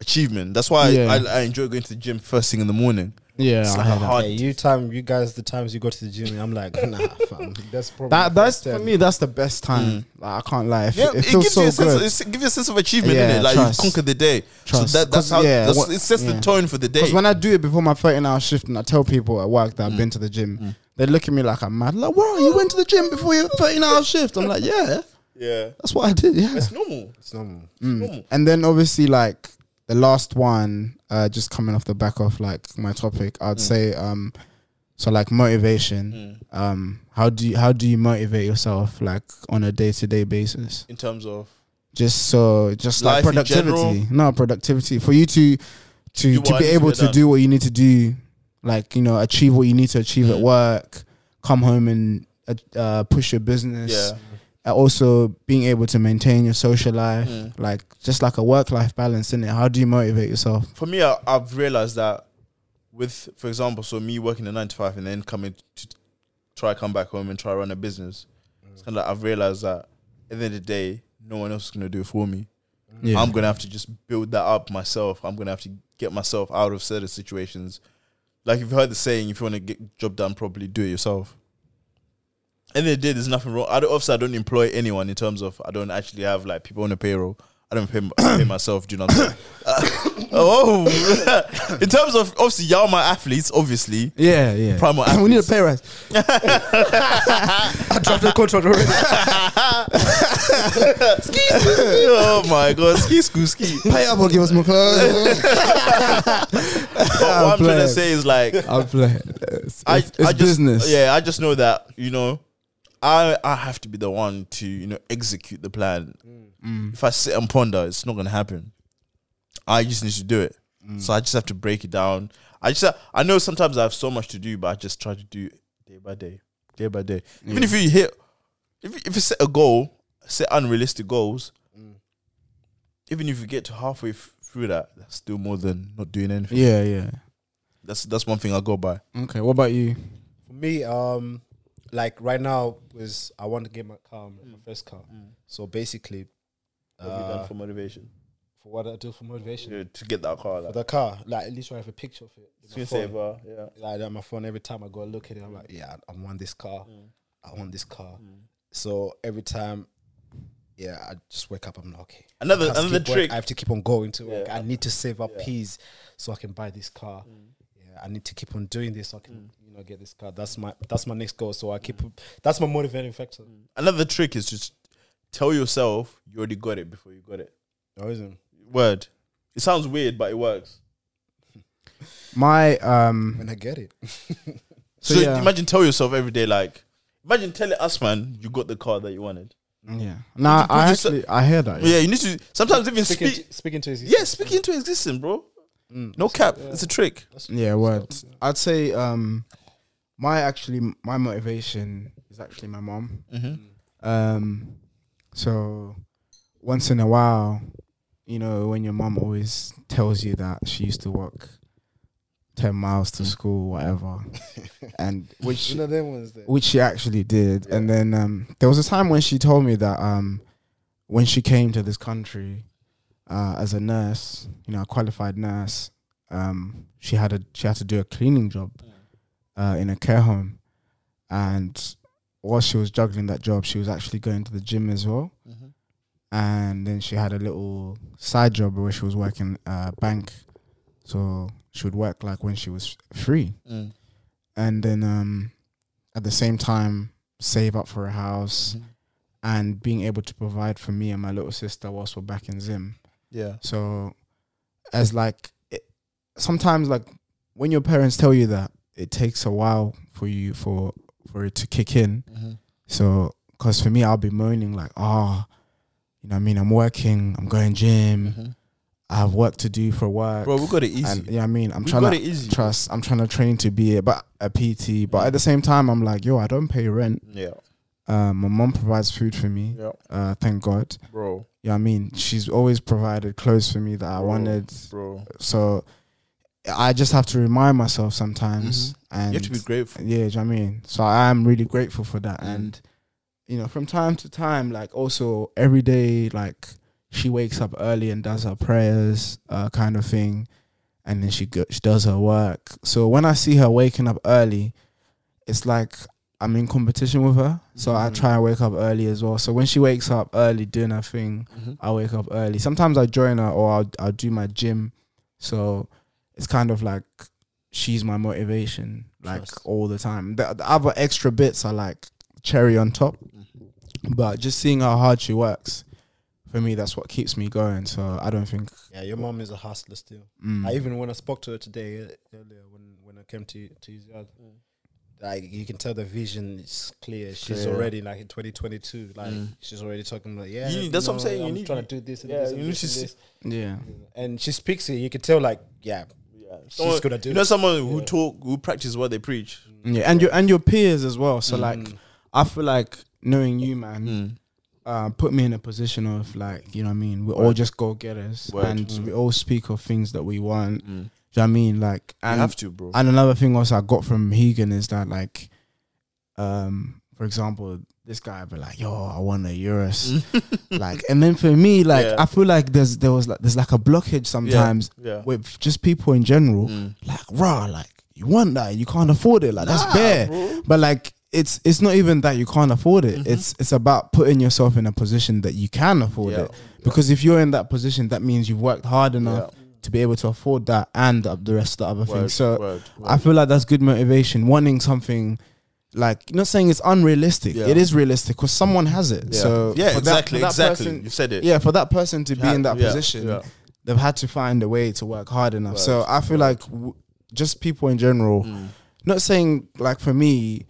achievement. That's why Yeah. I, I, I enjoy going to the gym first thing in the morning. Yeah, it's I like a hear that. hard Yeah, you time you guys the times you go to the gym, I'm like, nah, fam. That's probably That that's the first for step. me. That's the best time. Like I can't lie. It, Mm. Yeah, it feels you so a sense. good. Of, it gives you a sense of achievement Yeah, in it. Like trust. you conquered the day. Trust. So that, that's 'Cause, how yeah, that's, what- it sets yeah. the tone for the day. Because when I do it before my 13 hour shift and I tell people at work Mm. that I've been to the gym, they look at me like I'm mad. Like, wow, you went to the gym before your 13 hour shift. I'm like, yeah. Yeah. That's what I did. Yeah. It's normal. It's normal. Mm. normal. And then obviously like the last one, uh, just coming off the back of like my topic, Mm. I'd say um, so like motivation. Um, how do you, how do you motivate yourself like on a day to day basis? In terms of Just so just Life like in productivity. No productivity for you to to Do to what be needs to able be to done. do what you need to do, like you know achieve what you need to achieve at Mm. work, come home and uh, uh, push your business yeah, uh, also being able to maintain your social life, Mm. like just like a work life balance in it. How do you motivate yourself? for me, I, I've realized that with, for example, so me working a nine to five and then coming to try come back home and try run a business, it's kind of like I've realized that at the end of the day, no one else is gonna do it for me. Yeah. I'm gonna have to just build that up myself. I'm gonna have to get myself out of certain situations. Like you've heard the saying, if you want to get job done properly, do it yourself. And they did. There's nothing wrong. I don't, obviously, I don't employ anyone in terms of I don't actually have like people on the payroll. I don't pay, m- pay myself. Do you know what I'm saying? Uh, oh, in terms of obviously y'all my athletes, obviously. Yeah, yeah. Primal we need a pay rise. I dropped the contract already. oh my god, ski school ski. Pay up or give us more clothes. But what I'm trying to playing. say is like I'll play. It's, I, it's- it's I just, business. Yeah, I just know that you know, I I have to be the one to you know execute the plan. Mm. If I sit and ponder, it's not gonna happen. I just need to do it. Mm. So I just have to break it down. I just I know sometimes I have so much to do, but I just try to do it day by day, day by day. Even if you hit, if you- if you set a goal, set unrealistic goals. Mm. Even if you get to halfway f- through that, that's still more than not doing anything. yeah, yeah. That's that's one thing I go by. Okay, what about you? For me, um, like right now is I want to get my car, my Mm. first car. So basically, uh, for motivation? for what I do for motivation, Yeah, to get that car. for Like, the car, like at least I have a picture of it. in my phone. screensaver, yeah. Like on my phone, every time I go look at it, I'm like, yeah, I want this car. I want this car. So every time, yeah, I just wake up. I'm like, okay. I Another- have to another keep work- trick. I have to keep on going to work. Yeah. I need to save up Yeah. Mm. peas so I can buy this car. Yeah, I need to keep on doing this so I can, you know, get this car. That's my that's my next goal. So I keep. That's my motivating factor. Another trick is just tell yourself you already got it before you got it. No reason. Word. It sounds weird, but it works. My um. When I get it, So, So, yeah. imagine tell yourself every day, like, imagine telling us, man, you got the car that you wanted. Yeah. Nah, I just- actually I hear that. But yeah, you need to sometimes even speaking speak. to, speaking to his Mm. Yeah, speak into existence, bro. No cap. It's a trick. Yeah, words. I'd say um, my actually my motivation is actually my mom. Mm-hmm. Um, so once in a while, you know, when your mom always tells you that she used to walk ten miles to school, whatever, and which You know them ones there. which she actually did. And then um, there was a time when she told me that um, when she came to this country uh, as a nurse, you know, a qualified nurse, um, she had a she had to do a cleaning job uh, in a care home, and while she was juggling that job, she was actually going to the gym as well. And then she had a little side job where she was working uh, bank, so she would work like when she was free Mm. and then um, at the same time save up for a house Mm-hmm. and being able to provide for me and my little sister whilst we're back in Zim. Yeah. So as like it, sometimes like when your parents tell you that it takes a while for you for for it to kick in. Mm-hmm. So because for me I'll be moaning like ah. you know what I mean? I'm working, I'm going gym, I have work to do for work. Mm-hmm. Bro, we got it easy. Mm-hmm. And yeah, I mean, I'm We trying got to it easy. trust. I'm trying to train to be a but a PT. But at the same time, I'm like, yo, I don't pay rent. yeah. Uh, my mom provides food for me. Yeah. Uh, thank God. Bro, Yeah, I mean, she's always provided clothes for me that I Bro. wanted. bro. So I just have to remind myself sometimes. Mm-hmm. And You have to be grateful. yeah, do you know what I mean? So I am really grateful for that. And, you know, from time to time, like also every day, like she wakes up early and does her prayers, uh, kind of thing. And then she, go- she does her work. So when I see her waking up early, it's like I'm in competition with her. So I try and wake up early as well. So when she wakes up early doing her thing, Mm-hmm. I wake up early. Sometimes I join her or I'll, I'll do my gym. So it's kind of like she's my motivation like Trust. all the time. The, the other extra bits are like cherry on top. Mm-hmm. But just seeing how hard she works, for me, that's what keeps me going. So I don't think. Yeah, your mom is a hustler still. Mm, I even when I spoke to her today uh, earlier when when I came to to his yard, Mm. like you can tell the vision is clear. She's Clear. already like in 2022, like she's already talking about yeah. You need- that's what I'm saying, you I'm need- trying to do this. And yeah, this and you need this to and see- this. yeah. and she speaks it. You can tell like yeah, Yeah. she's gonna do. You know it. someone who talk who practice what they preach. Yeah, and your and your peers as well. Mm. So like, Mm-hmm. I feel like knowing you, man, Mm. uh, put me in a position of like, you know, what I mean, we're all just go getters, Word. Mm. and we all speak of things that we want. Do you know what I mean? Like, I and have to, bro. and another thing also I got from Hegan is that like, um, for example, this guy be like, "Yo, I want a Eurus," like, and then for me, like, Mm. Yeah. I feel like there's there was like there's like a blockage sometimes yeah. Mm. with just people in general, like, rah, like you want that, you can't afford it, like Ah, that's bare, but like. It's it's not even that you can't afford it. Mm-hmm. It's it's about putting yourself in a position that you can afford Yeah. it. Because if you're in that position, that means you've worked hard enough Yeah. to be able to afford that and uh, the rest of the other Word, things. word, So word. I feel like that's good motivation. Wanting something, like not saying it's unrealistic. Yeah. It is realistic because someone has it. Yeah. So yeah, for that- exactly, for that exactly. person- you said it. yeah, for that person to be Yeah, in that yeah, position, yeah. they've had to find a way to work hard enough. Word, So I feel like w- just people in general. Mm. Not saying like for me,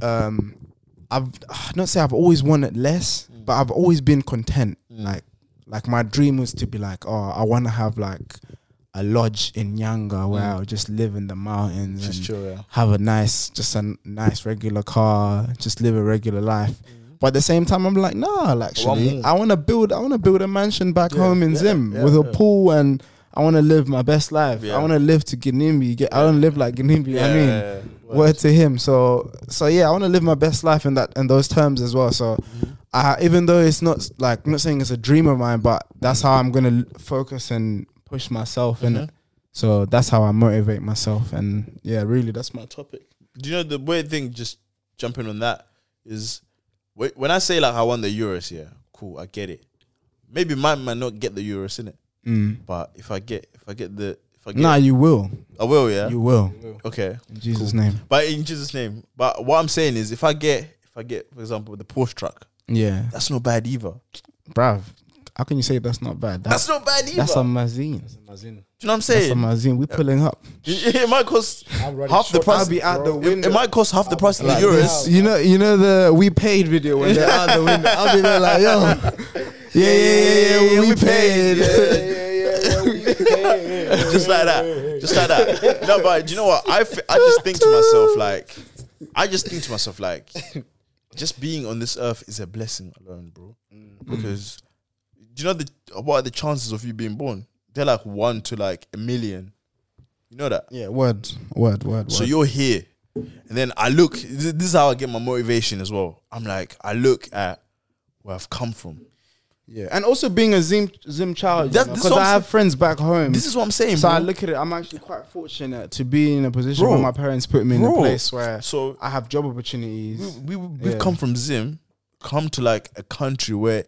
um, I've not say I've always wanted less, Mm. but I've always been content. Like like my dream was to be like, oh, I want to have like a lodge in Yanga where Mm. I'll just live in the mountains Just and chill, yeah. have a nice, just a n- nice regular car, just live a regular life. But at the same time, I'm like, nah, like, actually, more. I want to build, I want to build a mansion back home in yeah, Zim yeah, with a yeah. pool and. I want to live my best life. Yeah. I want to live to Ginimbi. Get, I want to live like Ginimbi. I Yeah, mean, yeah, yeah. word to him. So so yeah, I want to live my best life in that in those terms as well. So Mm-hmm. I, even though it's not like I'm not saying it's a dream of mine, but that's how I'm gonna l- focus and push myself in Mm-hmm. it. So that's how I motivate myself, and yeah, really, that's my topic. Do you know the weird thing? Just jumping on that is wh- when I say like I won the Euros, yeah, cool, I get it. Maybe mine might not get the Euros in it, Mm. but if I get, if I get the, if I get, Nah, you will, I will, yeah, you will. okay. In Jesus' name, But in Jesus' name, but what I'm saying is, if I get, if I get, for example, the Porsche truck, yeah, that's not bad either. bruv. How can you say that's not bad? That's That's not bad either. that's a magazine. As in, Do you know what I'm That's a saying? magazine. We pulling up. It, it might cost I'm running half the short. price. I'll be out the It, window. it might cost half the price of the Like Euros. this, you know, you know the we paid video when they're out the window. I'll be there like, yo, yeah, yeah, yeah, yeah, we, paid. just like that, just like that. No, but do you know what? I fe- I just think to myself like, I just think to myself like, just being on this earth is a blessing alone, bro. Because do you know the what are the chances of you being born? They're like one to like a million. You know that. yeah, word, word, word. So word. you're here, and then I look. This this is how I get my motivation as well. I'm like, I look at where I've come from. yeah, and also being a Zim Zim child, That- because this is what I I'm have friends back home. This is what I'm saying, so bro. I look at it. I'm actually quite fortunate to be in a position Bro. where my parents put me in a Bro. place where So- I have job opportunities. we, we we've Yeah. come from Zim, come to like a country where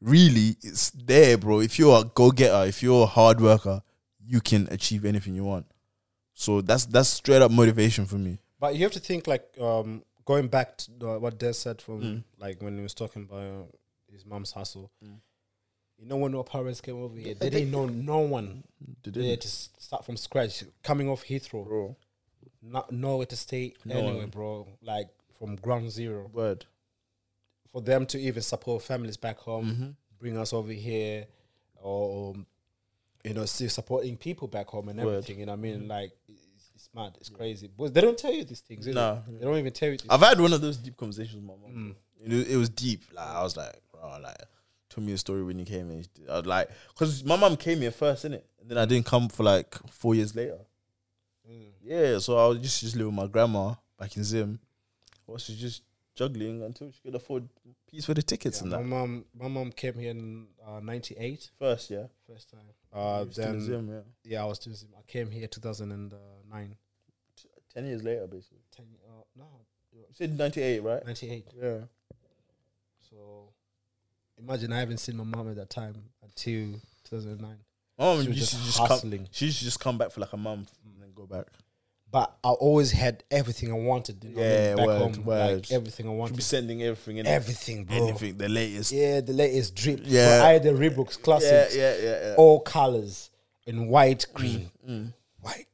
really it's there, bro. If you're a go getter, if you're a hard worker, you can achieve anything you want. So that's that's straight up motivation for me. But you have to think like um, going back to uh, what Des said from like when he was talking about uh, his mom's hustle. You know when our parents came over here, Mm. they didn't know no one. Did They had to s- start from scratch, coming off Heathrow, bro? not nowhere to stay anywhere, one. bro. Like from ground zero, Word. for them to even support families back home, bring us over here, or um, you know, still supporting people back home and Word. everything. You know, what I mean, like it's, it's mad, it's crazy. But they don't tell you these things. you know. No. they don't even tell you. I've had one of those deep conversations with my Mm. mom. It, was- it was deep. Like I was like, bro, like tell me a story when you came in. I was like, because my mom came here first, innit? And then I didn't come for like four years later. Mm. Yeah, so I was just just living with my grandma back in Zim. I was just juggling until she could afford piece for the tickets and my that. mom, my mom came here in uh, '98 First, yeah. first time. Uh, Oh, Still in then Zim, yeah. yeah, I was doing. I came here 2009. Ten years later, basically. 10, uh, no, You said ninety eight, right? 98. Yeah. So imagine I haven't seen my mom at that time until 2009. My mom She was used to Oh, just just come, hustling. she used to just come back for like a month and then go back. but I always had everything I wanted. You know, what I mean? Yeah, back word, home, word. like everything I Should be wanted, sending everything and everything, bro. anything, the latest. Oh. Yeah, the latest drip. Yeah. Yeah, I had the Reeboks classics, Oh yeah, yeah, yeah. all colors in white, Mm, green, white,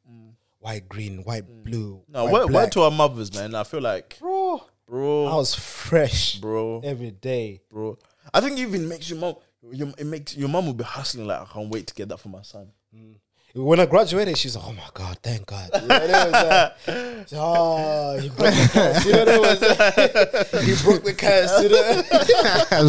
white, green, white, blue. Mm. No, white, word, word black. to our mothers, man. I feel like, bro. bro, I was fresh, bro, every day. bro. I think even makes your mom, your, it makes your mom will be hustling like I can't wait to get that for my son. When I graduated, she's like, "Oh my god, thank God!" You know, uh, that was like, oh, he broke the curse. You know, that was like, he broke the curse. You know,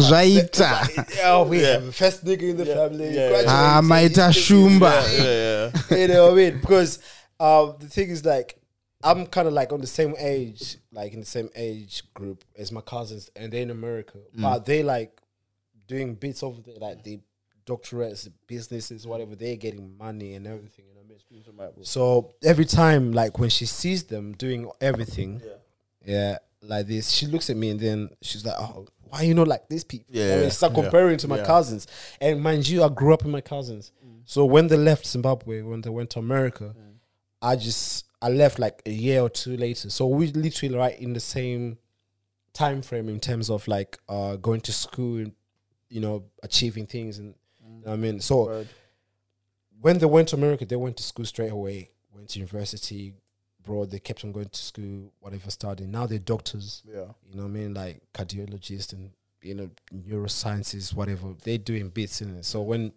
Zaita. oh, we Yeah. have a first nigga in the family. Yeah. graduated, Ah, Maita he's- Shumba. Yeah, yeah, yeah. you know what I mean? Because um, the thing is, like, I'm kind of like on the same age, like in the same age group as my cousins, and they're in America, but they like doing bits over there, like the doctorates, businesses, whatever. They're getting money and everything. You know what I mean? So every time, like when she sees them doing everything, yeah, like this, she looks at me and then she's like, "Oh, why you not like these people?" Yeah, and start yeah, comparing to my yeah. Mm. cousins. And mind you, I grew up with my cousins. So when they left Zimbabwe, when they went to America, I just I left like a year or two later. So we literally right in the same time frame in terms of like uh going to school and you know achieving things and you know what I mean so Word. when they went to America they went to school straight away went to university bro they kept on going to school whatever studying now they're doctors Yeah. you know what I mean like cardiologists and you know neurosciences whatever they're doing bits in it so when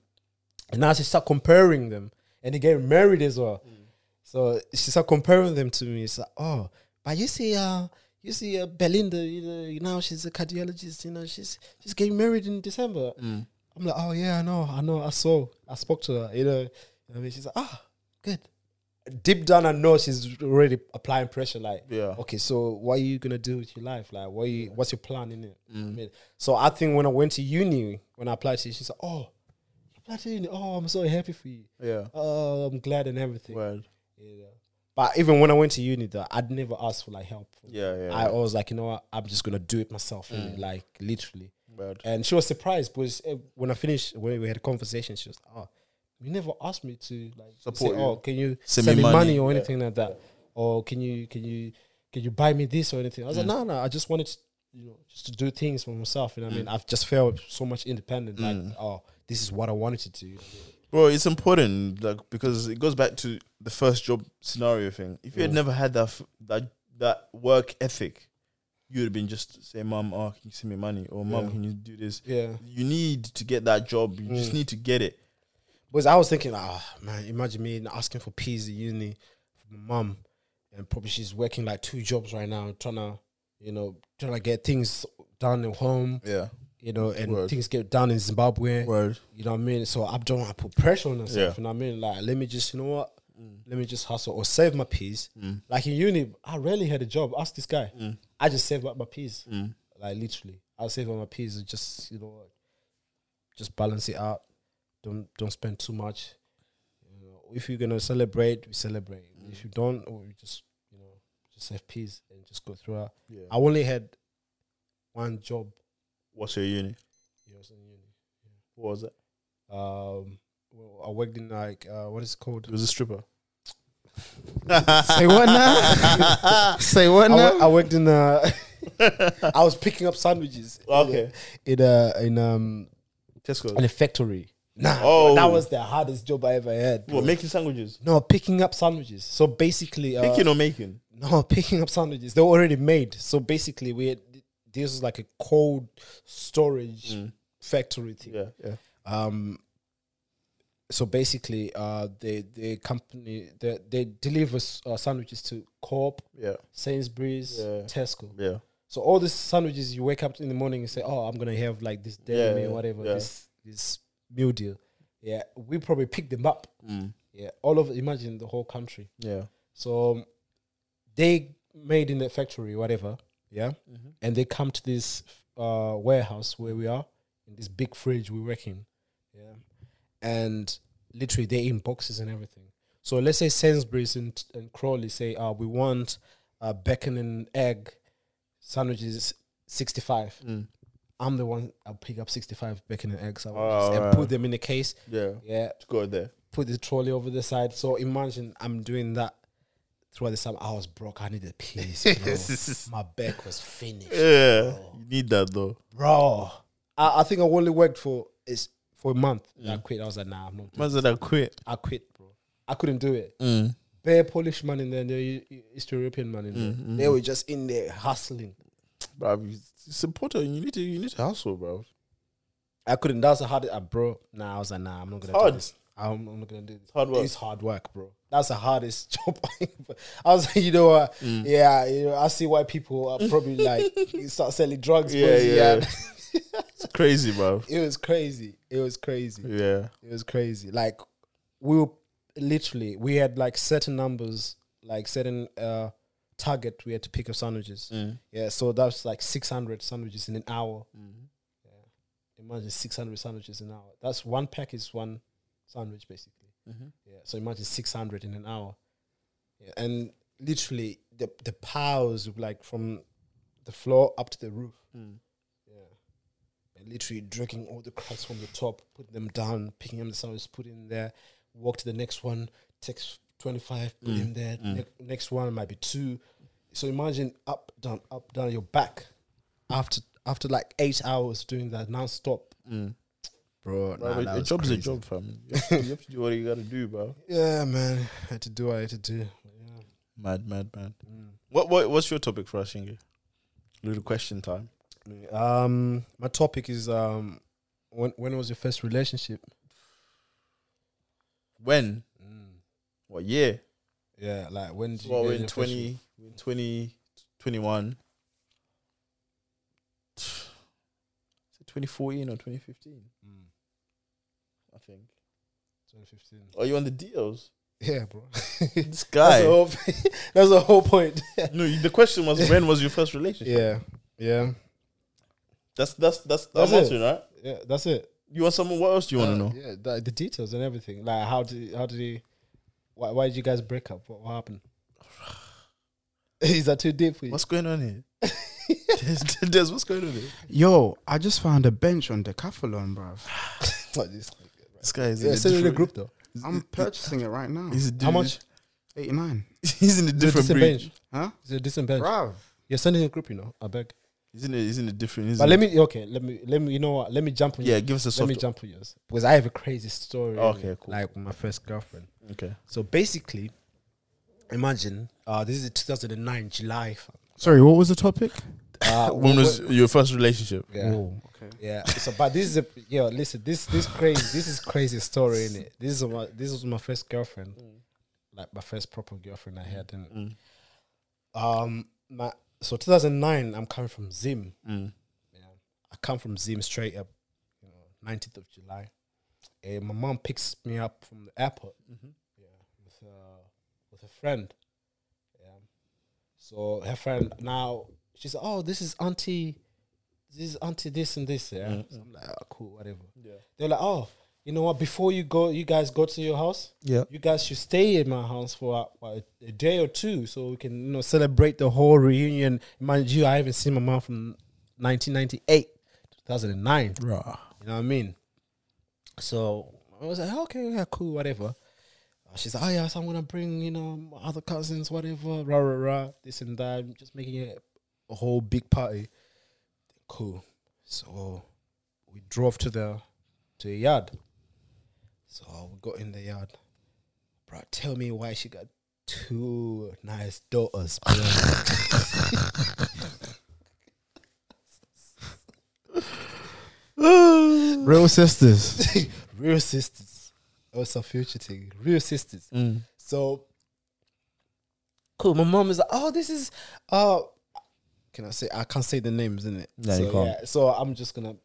and now she start comparing them and they get married as well so she start comparing them to me. It's like, oh, but you see, uh, you see, uh, Belinda, you know, you know, she's a cardiologist. You know, she's she's getting married in December. I'm like, oh yeah, I know, I know, I saw, I spoke to her. You know, I mean, she's like, ah, good. Deep down, I know she's already applying pressure. Like, Yeah. okay, so what are you gonna do with your life? Like, what you, what's your plan in it? I mean, so I think when I went to uni, when I applied, she, she said, oh, you applied to uni. Oh, I'm so happy for you. Yeah. Oh, I'm glad and everything. Word. Yeah. But even when I went to uni, though, I'd never asked for like help. Yeah, Mm. yeah. I was like, you know what? I'm just gonna do it myself, innit? like literally. Word. And she was surprised because eh, when I finished, when we had a conversation, she was, "Oh, you never asked me to like Support you. Oh, can you Send send, me me money, money." or Yeah. anything like that? Or can you can you can you buy me this or anything?" I was Mm. like, "No, no, I just wanted to, you know just to do things for myself." You know what Mm. I mean? I've just felt so much independent. Like, oh, this is what I wanted to do. Bro, it's important, like because it goes back to the first job scenario thing. If you had never had that f- that that work ethic, you would have been just say, "Mom, oh, can you send me money?" or "Mom, Yeah. can you do this?" Yeah. You need to get that job. You just need to get it. Because I was thinking, ah, man, imagine me asking for peas at uni for my mum, and probably she's working like two jobs right now, trying to, you know, trying to get things done at home, Yeah, you know, and Word. things get done in Zimbabwe. word. You know what I mean? So I don't want to put pressure on myself. Yeah. Mm. You know what I mean? Like, let me just, you know what? Let me just hustle or save my peas. Like in uni, I rarely had a job. Ask this guy. mm, I just saved up my peas. Like literally, I'll save up my peas and just, you know, what, just balance it out. Don't don't spend too much. You know, if you're gonna celebrate, we celebrate. Mm. If you don't, we just you know just save peas and just go through it. Yeah. I only had one job. What's your uni? You know, so in uni. What was it? Um, well, I worked in like uh, what is it called? It was a stripper. Say what now? Say what I, now? wo- I worked in uh, I was picking up sandwiches. Okay. In uh, in um, in Tesco. a factory. Nah, Oh. that was the hardest job I ever had. bro. What making sandwiches? No, picking up sandwiches. So basically, uh, Picking or making? no, picking up sandwiches. They were already made. So basically, we had, this was like a cold storage factory thing. Mm. Yeah, yeah. um so basically uh the the company they they deliver s- uh, sandwiches to co-op Yeah, sainsbury's Yeah. tesco yeah, so all these sandwiches you wake up in the morning and say oh i'm gonna have like this deli Yeah, meal yeah, whatever yeah. this this meal deal yeah we probably picked them up yeah all over imagine the whole country Mm, yeah. so um, they made in the factory, whatever, yeah, Mm-hmm. and they come to this uh, warehouse where we are in this big fridge we work in, yeah, and literally they in boxes and everything. So let's say Sainsbury's and, and Crawley say, uh, we want uh, bacon and egg sandwiches, sixty five. Mm. I'm the one. I'll pick up sixty five bacon and egg sandwiches Oh, and right. put them in a case. Yeah. Yeah, To go there. put the trolley over the side. So imagine I'm doing that throughout the summer, I was broke. I needed peace. Oh. Bro. My back was finished, Yeah, you need that though. bro. I, I think I only worked for is for a month. And I quit. I was like, nah, I'm not. doing Man said I quit. I quit, bro. I couldn't do it. Mm. Bare Polish man in there, and the East European man in there. They were just in there hustling. Bro, it's important. You need to you need to hustle, bro. I couldn't. That's the hardest, uh, bro. Nah, I was like, nah, I'm not gonna hard. do this. I'm, I'm not gonna do this. Hard work. It's hard work, bro. That's the hardest job. I was like, you know what? Mm. Yeah, you know, I see why people are probably like you start selling drugs. Yeah, bro. yeah. yeah. It's crazy, bro. it was crazy. It was crazy. Yeah. It was crazy. Like we were literally we had like certain numbers, like certain uh target we had to pick up sandwiches. Mm. Yeah, so that's like six hundred sandwiches in an hour. Yeah. Imagine six hundred sandwiches an hour. That's one pack is one sandwich basically. Yeah. So imagine six hundred in an hour. Yeah. And literally the the piles of, like from the floor up to the roof. Yeah. And literally drinking all the crumbs from the top, putting them down, picking up the sandwiches, put it in there, walk to the next one, takes 25, put in there. ne- next one might be two. So imagine up, down, up, down your back after after like eight hours doing that nonstop. Mm. Bro, nah, Bro, that a was job's a crazy. job, fam. You have, to, you have to do what you gotta do, bro. Yeah, man. I had to do what I had to do. Yeah. Mad, mad, mad. What what what's your topic for us, Shingy? Little question time. Um, my topic is um, when when was your first relationship? When? Mm. What year? Yeah, like when did you? Well, get we're in your first- 20, we're in 20, 21. Is it 2014 or 2015? Mm, I think. 2015. Are you on the deals? Yeah, bro. This That's guy. the whole. that's the whole point. no, you- the question was when was your first relationship? yeah, yeah, That's that's that's That's that's, it. it, right? yeah. That's it. Uh, You want someone? What else do you want to know? Yeah, the, the details and everything. Like, how did how did he? Why why did you guys break up? What, what happened? Is that too deep for you? What's going on here? Des, Des, what's going on here? Yo, I just found a bench on Decathlon, bruv. What this? This guy is Yeah, in send in the different- group though. he's- I'm purchasing it right now. He's a How much? Eighty nine, He's in a It's a different decent breed. bench. huh? It's a decent bench. Bruv, You're sending a group, you know. I beg. He's in a he's in a different. He's But in let a- me okay. Let me let me. You know what? Let me jump on. Yeah, yours. give us a Let me soft. jump on yours because I have a crazy story. Okay, cool. Like with my first girlfriend. Okay. So basically, imagine uh, this is 2009 July. sorry, what was the topic? Uh, When was your first relationship? yeah. okay. Yeah. So, but this is a yeah. Listen, this this crazy this is crazy story in it. This is my this was my first girlfriend, like my first proper girlfriend I had. And um, my so 2009, I'm coming from Zim. Mm. Yeah. I come from Zim straight up, you know, 19th of July. And my mom picks me up from the airport. Yeah, with uh, with a friend. Yeah. So her friend now she's like, oh, this is auntie, this is auntie this and this. Yeah. So I'm like, "Ah, cool, whatever. Yeah. They're like, oh, you know what? Before you go, you guys go to your house. Yeah. You guys should stay in my house for uh, what, a day or two, so we can you know celebrate the whole reunion. Mind you, I haven't seen my mom from 1998, 2009. You know what I mean? So I was like, okay, yeah, cool, whatever. Uh, She's like, oh yes, I'm gonna bring you know my other cousins, whatever, rah rah rah, this and that. I'm just making it a whole big party. Cool. So we drove to the to the yard. So we got in the yard. Bro, tell me why she got two nice daughters, bro. Mm. Real sisters. real sisters. Also future thing. Real sisters. So cool. My mom is like, oh, this is uh can I say I can't say the names, isn't it? No, so, you can't. so I'm just gonna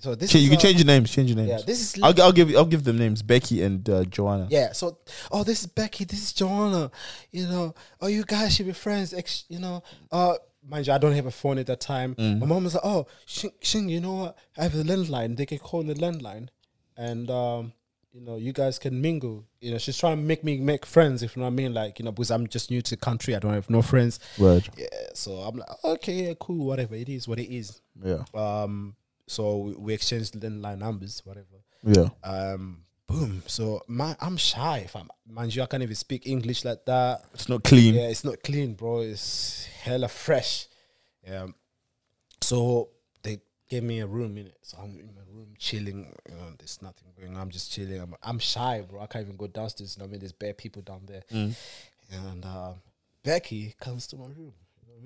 so this Ch- is, you can uh, change your names. Change your names. Yeah, this is I'll, gi- I'll give I'll give them names. Becky and uh, Joanna. yeah, so oh, this is Becky, this is Joanna, you know. Oh, you guys should be friends, ex- you know. Uh, mind you, I don't have a phone at that time. My mom was like, oh, Shing, Shing, you know what? I have a landline. They can call on the landline, and um, you know, you guys can mingle. You know, she's trying to make me make friends. If you know what I mean, like you know, because I'm just new to the country, I don't have no friends. Word. Yeah, so I'm like, okay, yeah, cool, whatever. It is what it is. Yeah. Um, so we, we exchanged landline numbers, whatever Yeah. um, boom. So man, I'm shy. If I'm mind you, I can't even speak English like that. It's not clean. Yeah, it's not clean, bro. It's hella fresh. Yeah. So they gave me a room in it. So I'm in my room chilling. You know, there's nothing going on. I'm just chilling. I'm, I'm shy, bro. I can't even go downstairs. You know what I mean? There's bare people down there. And uh, Becky comes to my room.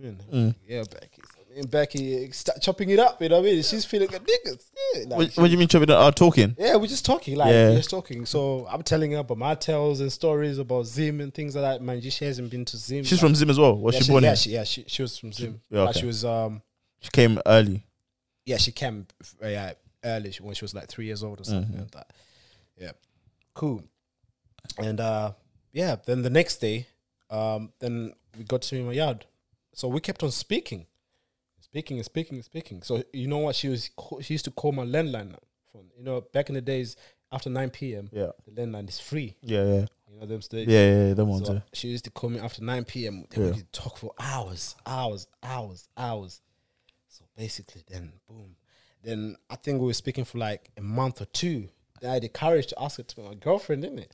You know what I mean? Yeah, Becky. So me and Becky eh, start chopping it up. You know what I mean? She's feeling good. Niggas. Yeah, like, What, what do you mean, chopping are talking? yeah, we're just talking, like Yeah. we're just talking. So I'm telling her about my tales and stories about Zim and things like that. Man, she hasn't been to Zim. She's like, from Zim as well. Was yeah, she, born yeah, here? she, yeah, she, she was from Zim. yeah, But okay. she was um She came early. yeah, she came uh, yeah, early she- when she was like three years old or something Mm-hmm. like that. Yeah, cool. And uh, yeah, then the next day, um, then we got to my yard. So we kept on speaking, speaking and speaking and speaking. So you know what she was? ca- She used to call my landline phone. You know, back in the days after nine p.m. Yeah. the landline is free. Yeah, yeah, You know them yeah, stage. yeah. yeah them ones. So yeah. she used to call me after 9 p.m. Then Yeah. we could talk for hours, hours, hours, hours. So basically, then boom. Then I think we were speaking for like a month or two. Then I had the courage to ask it to my girlfriend, didn't it?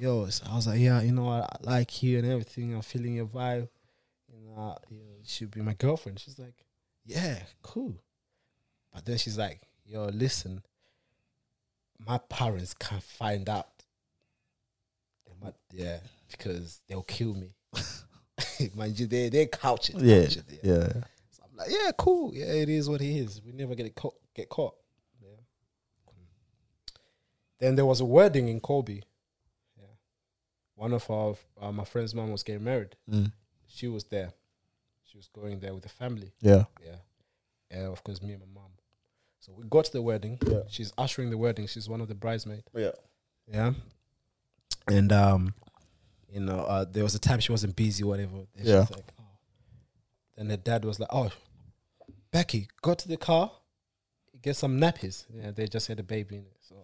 Yo, so I was like, yeah, you know, I, I like you and everything. I'm feeling your vibe. You know, I- you know, you should be my girlfriend. She's like, yeah, cool. But then she's like, yo, listen, my parents can't find out. They might- yeah, because they'll kill me. Mind you, they they couch it. Yeah, couch it, yeah. yeah. So I'm like, yeah, cool. Yeah, it is what it is. We never get caught. Get caught. Yeah. Then there was a wedding in Kobe. Yeah. One of our uh, my friend's mom was getting married. Mm. She was there. She was going there with the family. Yeah. Yeah. And of course, me and my mom. So we got to the wedding. Yeah. She's ushering the wedding. She's one of the bridesmaids. Yeah. Yeah. And um, you know, uh, there was a time she wasn't busy, whatever. And Yeah. She's like, oh. And her dad was like, "Oh, Becky, go to the car, get some nappies." Yeah, they just had a baby in it, so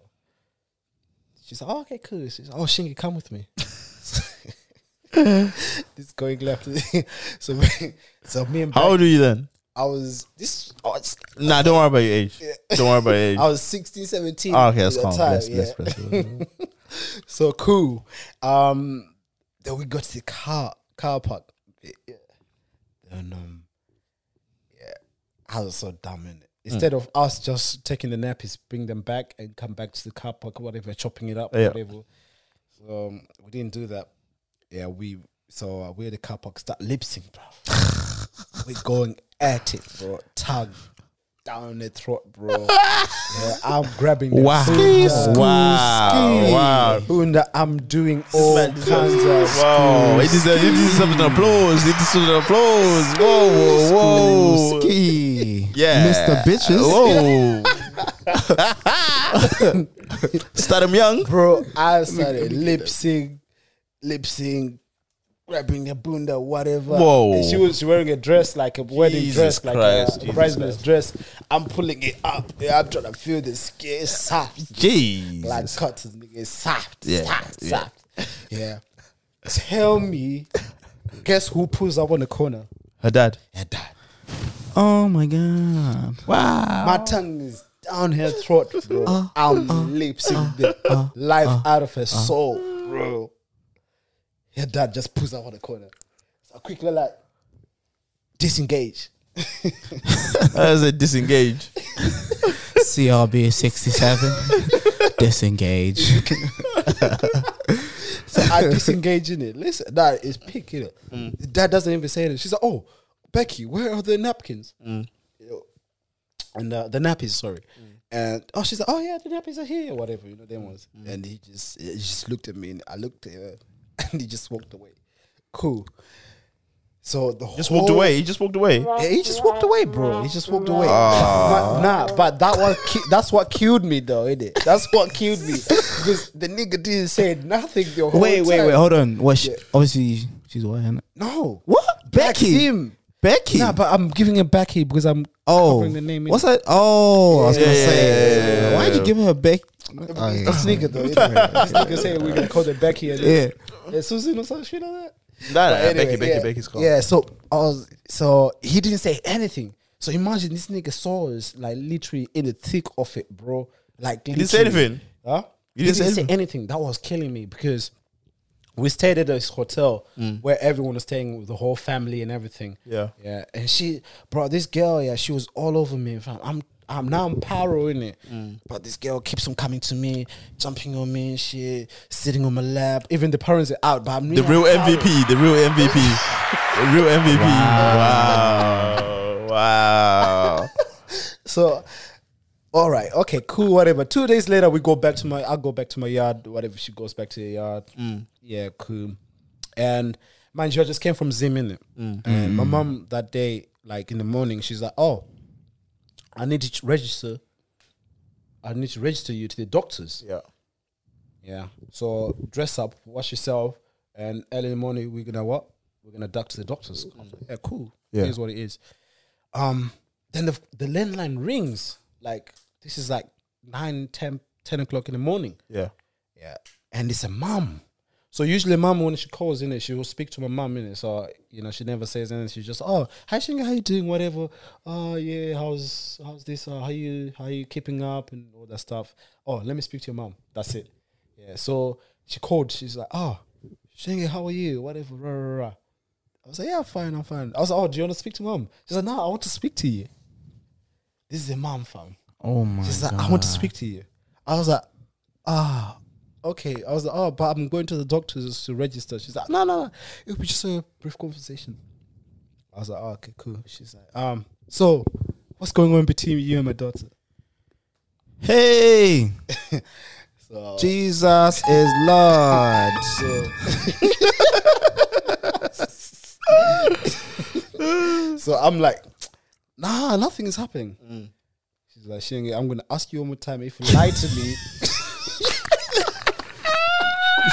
she's like, oh, "Okay, cool." She's like, "Oh, Shingy, come with me." this going left. so, we- so me and How Becky, old are you then? I was this. I was, Nah, don't worry about your age. Don't worry about your age. I was 16, 17. Ah, okay, that's at the calm. time, Let's, yeah. let's, let's, So cool. Um, then we got to the car car park. Yeah. And um, yeah, I was so dumb in it. Mm. Instead of us just taking the nappies, bring them back and come back to the car park, whatever, chopping it up, Yeah. whatever. So um, we didn't do that. Yeah, we so uh, we had the car park start lip sync, bro. We're going at it, bro. Tug down the throat, bro. yeah, I'm grabbing. the Wow. finger. Wow. Oh, Wow. Hunda, I'm doing all kinds of. Wow. It is, a, it is some applause. It is some applause. Whoa, whoa, whoa. Ski. Yeah. Mr. Bitches. Whoa. Start him young. Bro, I started lip sync, lip sync, grabbing the bunda, whatever. Whoa. And she was wearing a dress, like a wedding Jesus dress, like Christ, a Jesus bridesmaid's dress. I'm pulling it up. Yeah, I'm trying to feel the skin It's soft. Jeez. Like cotton, nigga. It's soft, Yeah, soft, yeah. soft. Yeah. Tell me, guess who pulls up on the corner? Her dad. Her dad. Oh my god. Wow. My tongue is down her throat, bro. I'm lip syncing the life out of her soul, bro. Her dad just pulls out of the corner. So I quickly like disengage. As a disengage. CRB 67. Disengage. So I disengage in it. Listen, that is peak, you know. Dad doesn't even say it. She's like, oh, Becky, where are the napkins? You know, And uh, the nappies, sorry. And oh, she's like, oh yeah, the nappies are here, whatever, you know, them ones. And he just, he just looked at me, and I looked at her, and he just walked away. Cool. So the Just walked away. He just walked away. yeah, he just walked away, bro. He just walked away. But, nah, but that was ki- that's what killed me, though, is it? That's what killed me because the nigga didn't say nothing the whole Wait, wait, time. wait. Hold on. What? She, obviously, she's white. innit? No, What? Becky? Maxim. Becky. Nah, but I'm giving it back here because I'm oh, covering the name. what's in. that? Oh, I was Yeah, gonna yeah, say. yeah, yeah, Why'd you yeah. give her Becky? Oh, This nigga though, innit? this nigga say we can call it Becky and Yeah. yeah, Susan or some shit like that. Nah, nah, But anyway, Becky, Becky, yeah. Becky's calm. Yeah, so I was, so he didn't say anything. So imagine this nigga saw us like literally in the thick of it, bro. Like He didn't say literally. anything. Huh? You he didn't say didn't say anything? anything. That was killing me because we stayed at this hotel where everyone was staying with the whole family and everything. Mm. Yeah. Yeah. And she bro, this girl, yeah, she was all over me. fam. I'm I'm now I'm paroing it. Mm. But this girl keeps on coming to me, jumping on me, she sitting on my lap. Even the parents are out, but I'm The real MVP, the real MVP, the real MVP. Wow, wow. So, all right, okay, cool, whatever. Two days later, we go back to my. I go back to my yard. Whatever, she goes back to the yard. Yeah, cool. And mind you, I just came from Zim in and my mom that day, like in the morning, she's like, "Oh, I need to register. I need to register you to the doctors." yeah, Yeah. So dress up, wash yourself, and early in the morning we're gonna what? We're gonna duck to the doctors. I was like, yeah, cool. Yeah. Here's what it is. Um, then the the landline rings. Like this is like 9, 10, 10 o'clock in the morning. yeah. Yeah. And it's a mum. So usually mum when she calls in it, she will speak to my mum in it. So you know, she never says anything. She's just, oh, hi Shinga, how you doing? Whatever. Oh yeah, how's how's this? Uh, how you how you keeping up and all that stuff. Oh, let me speak to your mum. That's it. Yeah. So she called, she's like, oh, Shinga, how are you? Whatever. Rah, rah, rah. I was like, yeah, fine, I'm fine. I was like, oh, do you want to speak to mum? She's like, no, I want to speak to you. This is a mum, fam. Oh my She's god! like, I want to speak to you. I was like, ah, okay. I was like, oh, but I'm going to the doctors to register. She's like, no, no, no. It'll be just a brief conversation. I was like, oh, okay, cool. She's like, um, so what's going on between you and my daughter? Hey, So, Jesus is Lord. so I'm like, nah, nothing is happening. She's like, Shinge, I'm going to ask you one more time if you lie to me.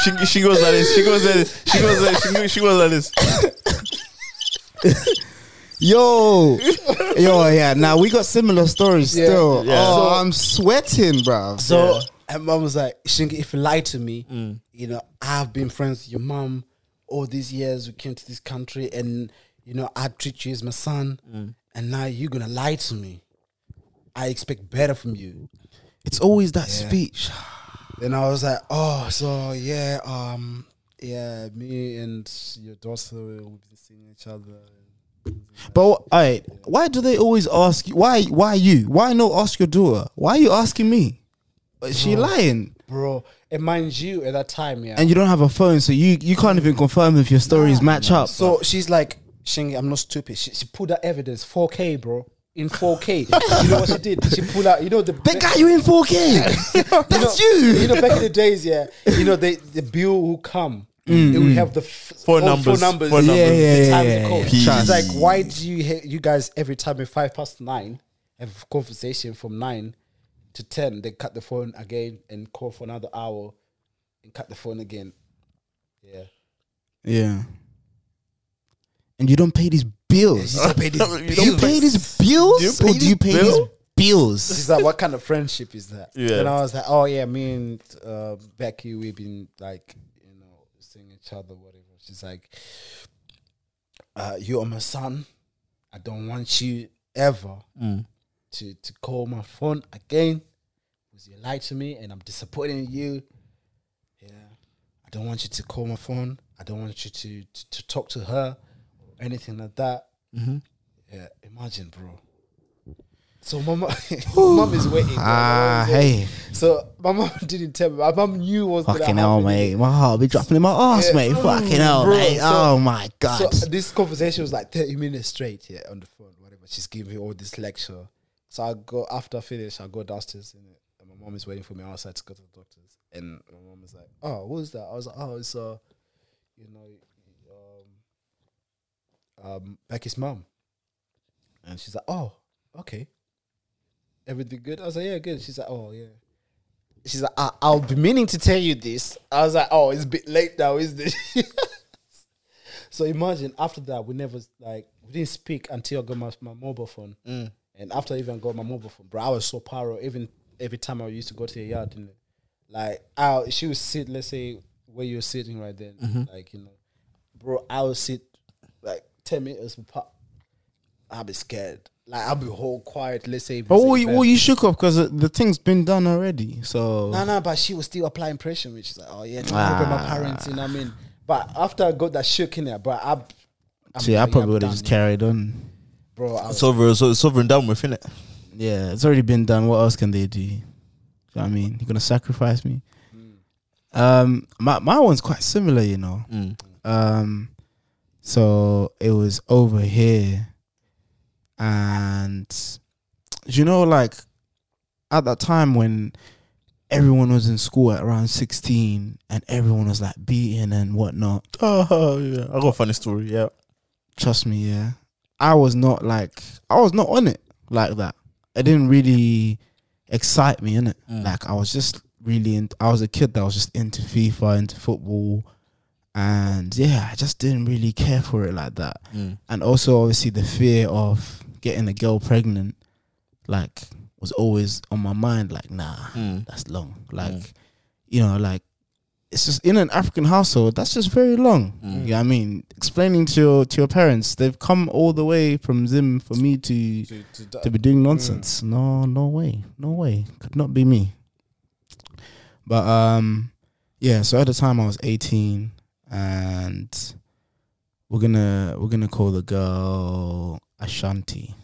She, she goes like this. She goes like this. She goes like she, goes- she goes like this. Yo, yo, yeah. Now we got similar stories Yeah. still. Yeah. So- Oh, I'm sweating, bro. So and mom was like, Shinki, if you lie to me, you know, I've been friends with your mom all these years. We came to this country and, you know, I treat you as my son. And now you're going to lie to me. I expect better from you. it's always that speech. Then I was like, oh, so yeah, um, yeah, me and your daughter, we've been seeing each other. But all right, why do they always ask? you- Why? Why you? Why not ask your daughter? Why are you asking me? Is she lying? Bro, and mind you, at that time, yeah. And you don't have a phone, so you you can't even confirm if your stories match up. So she's like, Shingy, I'm not stupid. She, she pulled out evidence, 4K, bro. In 4K. you know what she did? She pulled out, you know, the. they got you in 4K. That's you. you. Know, you know, back in the days, yeah. You know, they, the bill will come. It will have the f- Phone all numbers, Four numbers. phone Yeah, numbers. yeah, the yeah, times yeah, the code. yeah. Peace. She's like, why do you ha- you guys every time at five past nine have a conversation from nine to ten? They cut the phone again and call for another hour and cut the phone again. Yeah. Yeah. And you don't pay these bills. You don't pay these You Do you pay these bills? Do you or pay do you these pay bill? these bills? She's like, what kind of friendship is that? Yeah. And I was like, oh yeah, me and uh, Becky, we've been like, you know, seeing each other, whatever. She's like, uh, you are my son. I don't want you ever to to call my phone again because you lied to me and I'm disappointing you. Yeah. I don't want you to call my phone. I don't want you to to, to talk to her or anything like that. Mm-hmm. Yeah, imagine, bro. So my mom, mom is waiting. bro. Ah, hey, So my mom didn't tell me. My mom knew what was gonna fucking hell, happen. mate. My heart be dropping in my ass, Yeah. mate. Fucking hell, Bro, mate. so- uh, Oh my god. So this conversation was like 30 minutes straight, yeah, on the phone, whatever. She's giving me all this lecture. So I go after I finish, I go downstairs and, and my mom is waiting for me outside to go to the doctors. And my mom is like, Oh, what was that? I was like, Oh, it's uh, you know, um, um Becky's mom. And she's like, Oh, okay. Everything good? I was like, Yeah, good. She's like, Oh, yeah. She's like, I- I'll be meaning to tell you this. I was like, Oh, it's a bit late now, isn't it? So imagine after that, we never like we didn't speak until I got my, my mobile phone, Mm. and after I even got my mobile phone, bro, I was so paro. Even every time I used to go to the yard, and like I she would sit, let's say where you're sitting right then, Mm-hmm. like you know, bro, I would sit like ten meters apart. I'd be scared. Like I'll be whole quiet. Let's say. But what Vizzy you, what you shook off because the thing's been done already. So No, no, but she was still applying pressure, which is like, oh yeah, I'm helping Ah. my parents, you know what I mean? But after I got that shook in there, but I, I see, I probably would have just carried on. bro. I was, It's over. So it's over and done with, innit? Yeah, it's already been done. What else can they do? You know what I mean, you're gonna sacrifice me. Hmm. Um, my my one's quite similar, you know. Mm. Um, so it was over here, and you know, like at that time when everyone was in school at around sixteen, and everyone was like beaten and whatnot. Oh yeah, I got a funny story. Yeah, trust me, yeah. I was not like I was not on it like that. It didn't really excite me, innit? it. Like I was just really in, I was a kid that was just into FIFA, into football. And yeah, I just didn't really care for it like that. Mm. And also obviously the fear of getting a girl pregnant, like, was always on my mind, like, nah, Mm. that's long. Like, you know, like it's just in an African household, that's just very long. Yeah, I mean, explaining to your to your parents, they've come all the way from Zim for me to to, to, to be doing nonsense. No, no way, no way, could not be me. But um, yeah. So at the time I was eighteen, and we're gonna we're gonna call the girl Ashanti.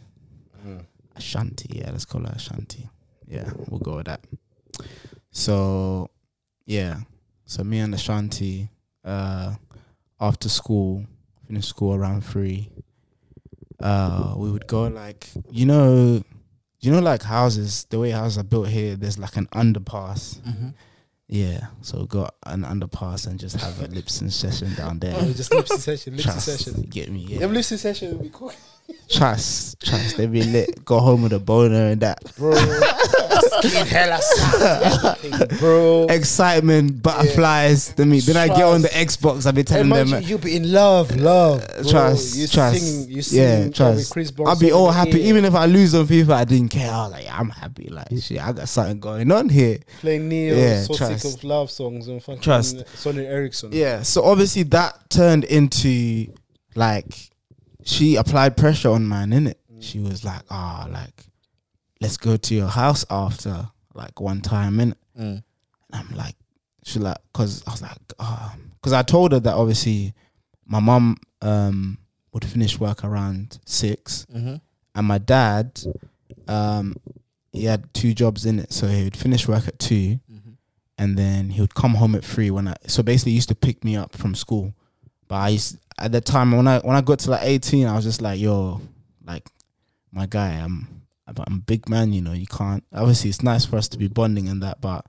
Ashanti, yeah, let's call her Ashanti. Yeah, we'll go with that. So, yeah, so me and Ashanti, uh, after school, finished school around three. Uh, we would go like you know, you know, like houses. The way houses are built here, there's like an underpass. Yeah, so we got an underpass and just have a lipsing session down there. Oh, just lipsy session, lipsy Trust, session. you get me? Yeah. Them lipsy session would be cool, Trust, trust. They be lit. Go home with a boner and that bro. Skin hella soft, everything, bro. excitement, butterflies. Then me. Then I get on the Xbox. I be telling Imagine them. Uh, you be in love, love. Bro. Trust, you trust. Singing, you yeah, singing trust. with Chris Brown I'll be song all in the happy, ear, even if I lose on FIFA. I didn't care. I was like, I'm happy. Like, shit, I got something going on here. playing Neo, Yeah, so trust. sick of love songs and fucking Trust. Sonny Erickson. Yeah. So obviously that turned into like she applied pressure on man, innit? She was like, ah, like, let's go to your house after like one time, innit? Mm. And I'm like, she like, cause I was like, ah, cause I told her that obviously my mum um would finish work around six, and my dad, um, he had two jobs in it, so he would finish work at 2 and then he would come home at three when I. So basically, he used to pick me up from school, but I used at the time when I when I got to like eighteen, I was just like, yo, like my guy, I'm I'm a big man, you know. You can't obviously it's nice for us to be bonding and that, but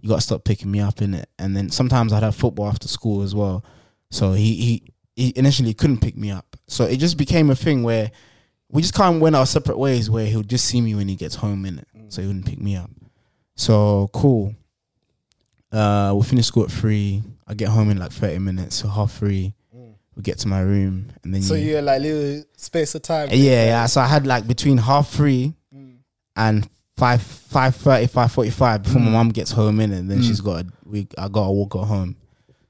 you got to stop picking me up in it. And then sometimes I'd have football after school as well. So he, he he initially couldn't pick me up. So it just became a thing where we just kind of went our separate ways where he'll just see me when he gets home in it. So he wouldn't pick me up. So cool. Uh we finish school at three. I get home in like thirty minutes, so half three. We get to my room and then So you, you're like little space of time. yeah, yeah. So I had like between half three and five five thirty, five forty five before my mom gets home in, and then she's got a, we I got to walk her home.